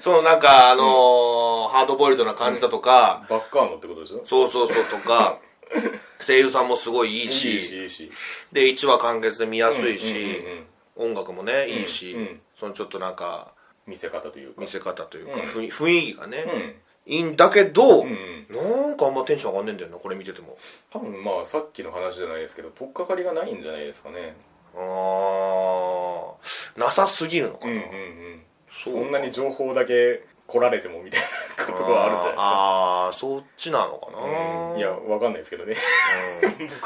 Speaker 2: そのなんかあのーハードボイルドな感じだとか、
Speaker 1: バッカーノってことでしょ
Speaker 2: そうそうそうと か声優さんもすごいいい
Speaker 1: い
Speaker 2: し
Speaker 1: いしいいし
Speaker 2: で1話完結で見やすいし、
Speaker 1: うんうん
Speaker 2: 音楽もねいいし、
Speaker 1: うんうん
Speaker 2: そのちょっとなんか
Speaker 1: 見せ方というか
Speaker 2: 見せ方というか、
Speaker 1: うん
Speaker 2: 雰囲雰囲気がね、
Speaker 1: うん
Speaker 2: いいんだけど、
Speaker 1: ん
Speaker 2: なんかあんまテンション上がんねえんだよなこれ見てても
Speaker 1: 多分まあさっきの話じゃないですけど取っかかりがないんじゃないですかね
Speaker 2: あーなさすぎるのか
Speaker 1: う
Speaker 2: な、
Speaker 1: んうんうん
Speaker 2: そう
Speaker 1: そんなに情報だけ来られてもみたいなことはあるんじゃないですか
Speaker 2: あーあーそっちなのかな、
Speaker 1: うんいやわかんないですけどね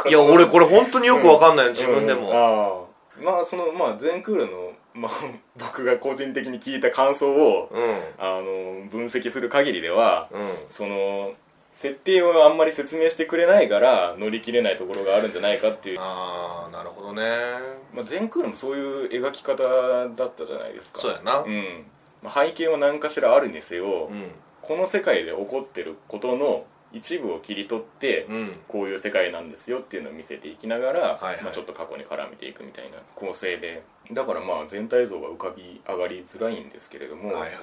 Speaker 2: うん いや俺これ本当によくわかんないの、自分で
Speaker 1: うん
Speaker 2: も、
Speaker 1: ああまあそのまあ全クールの、まあ、僕が個人的に聞いた感想を、
Speaker 2: うんうん
Speaker 1: あの分析する限りでは、その設定をあんまり説明してくれないから乗り切れないところがあるんじゃないかっていう、
Speaker 2: ああなるほどね
Speaker 1: まあ、全クールもそういう描き方だったじゃないですか
Speaker 2: そうやな
Speaker 1: うん、まあ、背景は何かしらあるにせよ、
Speaker 2: うん
Speaker 1: この世界で起こってることの一部を切り取って、
Speaker 2: うん
Speaker 1: こういう世界なんですよっていうのを見せていきながら、
Speaker 2: はいはい
Speaker 1: まあ、ちょっと過去に絡めていくみたいな構成でだからまあ全体像が浮かび上がりづらいんですけれども、
Speaker 2: はいはいはい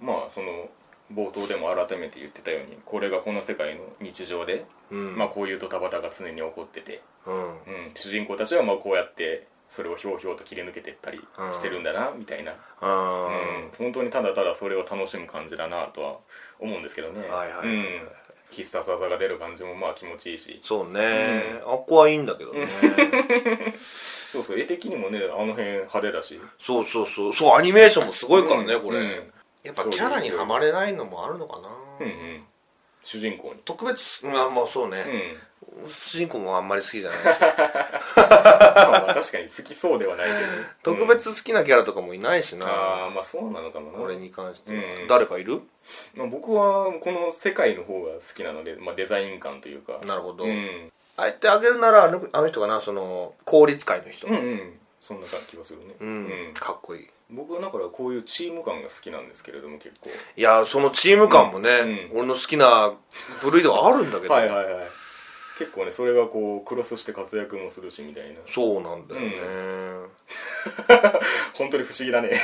Speaker 1: まあその冒頭でも改めて言ってたようにこれがこの世界の日常で、
Speaker 2: うん
Speaker 1: まあ、こういうドタバタが常に起こってて、
Speaker 2: うん
Speaker 1: うん、主人公たちはまあこうやってそれをひょうひょうと切り抜けてったりしてるんだなみたいな、
Speaker 2: あ
Speaker 1: うん、本当にただただそれを楽しむ感じだなとは思うんですけどね、
Speaker 2: はいはいはいはい
Speaker 1: うん、必殺技が出る感じもまあ気持ちいいし
Speaker 2: そうね、あっこはいいんだけど ね
Speaker 1: そうそう絵的にもねあの辺派手だし
Speaker 2: そうそうそうそうアニメーションもすごいからね、
Speaker 1: うん
Speaker 2: これ、
Speaker 1: うん
Speaker 2: やっぱキャラにはまれないのもあるのかな、
Speaker 1: うんうん主人公に
Speaker 2: 特別まあまあそうね、
Speaker 1: うん
Speaker 2: 主人公もあんまり好きじゃない
Speaker 1: まあまあ確かに好きそうではない けど
Speaker 2: 特別好きなキャラとかもいないしな、
Speaker 1: ああまあそうなのかもな
Speaker 2: これに関しては、
Speaker 1: うん
Speaker 2: 誰かいる
Speaker 1: まあ、僕はこの世界の方が好きなので、まあ、デザイン感というか
Speaker 2: なるほど、
Speaker 1: うん、
Speaker 2: あえてあげるならあのあの人かなその効率会の人
Speaker 1: うんうんそんな感じがするね、
Speaker 2: うん、
Speaker 1: うん
Speaker 2: かっこいい
Speaker 1: 僕はだからこういうチーム感が好きなんですけれども結構
Speaker 2: いやそのチーム感もね、
Speaker 1: うん
Speaker 2: 俺の好きな部類ではあるんだけど
Speaker 1: はいはいはい結構ねそれがこうクロスして活躍もするしみたいな
Speaker 2: そうなんだよね、
Speaker 1: 本当に不思議だね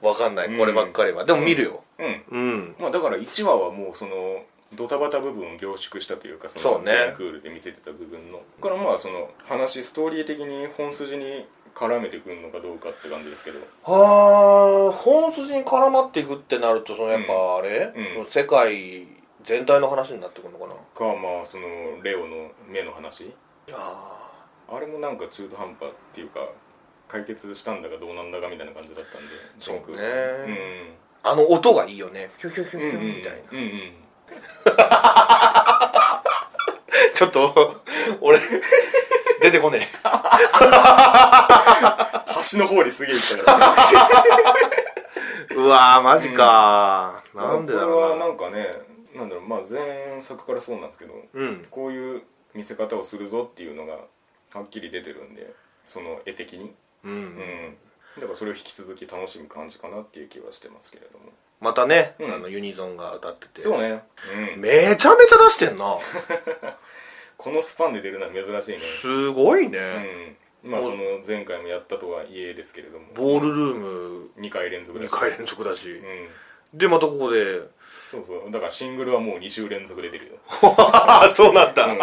Speaker 2: わかんないこればっかりは、でも見るよ
Speaker 1: うん
Speaker 2: うん
Speaker 1: まあだから1話はもうそのドタバタ部分を凝縮したというかそ
Speaker 2: そう
Speaker 1: の
Speaker 2: ね
Speaker 1: ジェンクールで見せてた部分のだからまあその話ストーリー的に本筋に絡めてくるのかどうかって感じですけど
Speaker 2: はあ本筋に絡まっていくってなるとそのやっぱあれ、
Speaker 1: うん
Speaker 2: その世界全体の話になってくるのかない
Speaker 1: かまあそのレオの目の話
Speaker 2: やー
Speaker 1: あれもなんか中途半端っていうか解決したんだかどうなんだかみたいな感じだったんで
Speaker 2: そう
Speaker 1: ジェン
Speaker 2: ね
Speaker 1: クールうん
Speaker 2: あの音がいいよねヒュヒュヒュヒ
Speaker 1: うん
Speaker 2: ュみたいな、
Speaker 1: うんうん
Speaker 2: ちょっと俺 出てこねえ
Speaker 1: 端の方にすげえ行ったから
Speaker 2: うわーマジかー、なんでだ
Speaker 1: これ
Speaker 2: ろう
Speaker 1: は
Speaker 2: な
Speaker 1: なんかねなんだろうまあ前作からそうなんですけど、
Speaker 2: うん
Speaker 1: こういう見せ方をするぞっていうのがはっきり出てるんでその絵的に
Speaker 2: うん、
Speaker 1: うんだからそれを引き続き楽しむ感じかなっていう気はしてますけれども
Speaker 2: またね、
Speaker 1: うん
Speaker 2: あのユニゾンが歌ってて
Speaker 1: そうね、うん、
Speaker 2: めちゃめちゃ出してんな
Speaker 1: このスパンで出るのは珍しい
Speaker 2: すごいね、
Speaker 1: ねうんまあその前回もやったとはいえですけれども
Speaker 2: ボールルーム
Speaker 1: 2回連続だ
Speaker 2: 2
Speaker 1: し
Speaker 2: 回連続だし、
Speaker 1: うん
Speaker 2: でまたここで
Speaker 1: そうそうだからシングルはもう2週連続出てるよ、
Speaker 2: ああそうなんだ、
Speaker 1: ん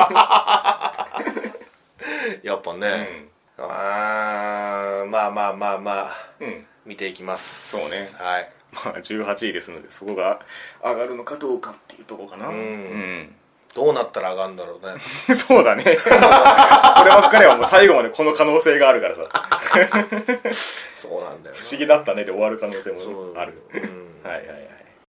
Speaker 2: やっぱね、ああまあまあまあまあ
Speaker 1: うん、
Speaker 2: 見ていきます
Speaker 1: そうね
Speaker 2: はい、
Speaker 1: まあ18位ですのでそこが上がるのかどうかっていうとこかなうん
Speaker 2: どうなったら上がるんだ ろうね
Speaker 1: そうだねこればっかりはもう最後までこの可能性があるからさ
Speaker 2: そうなんだよ
Speaker 1: 不思議だったねで終わる可能性もある
Speaker 2: そう、
Speaker 1: はいはいはい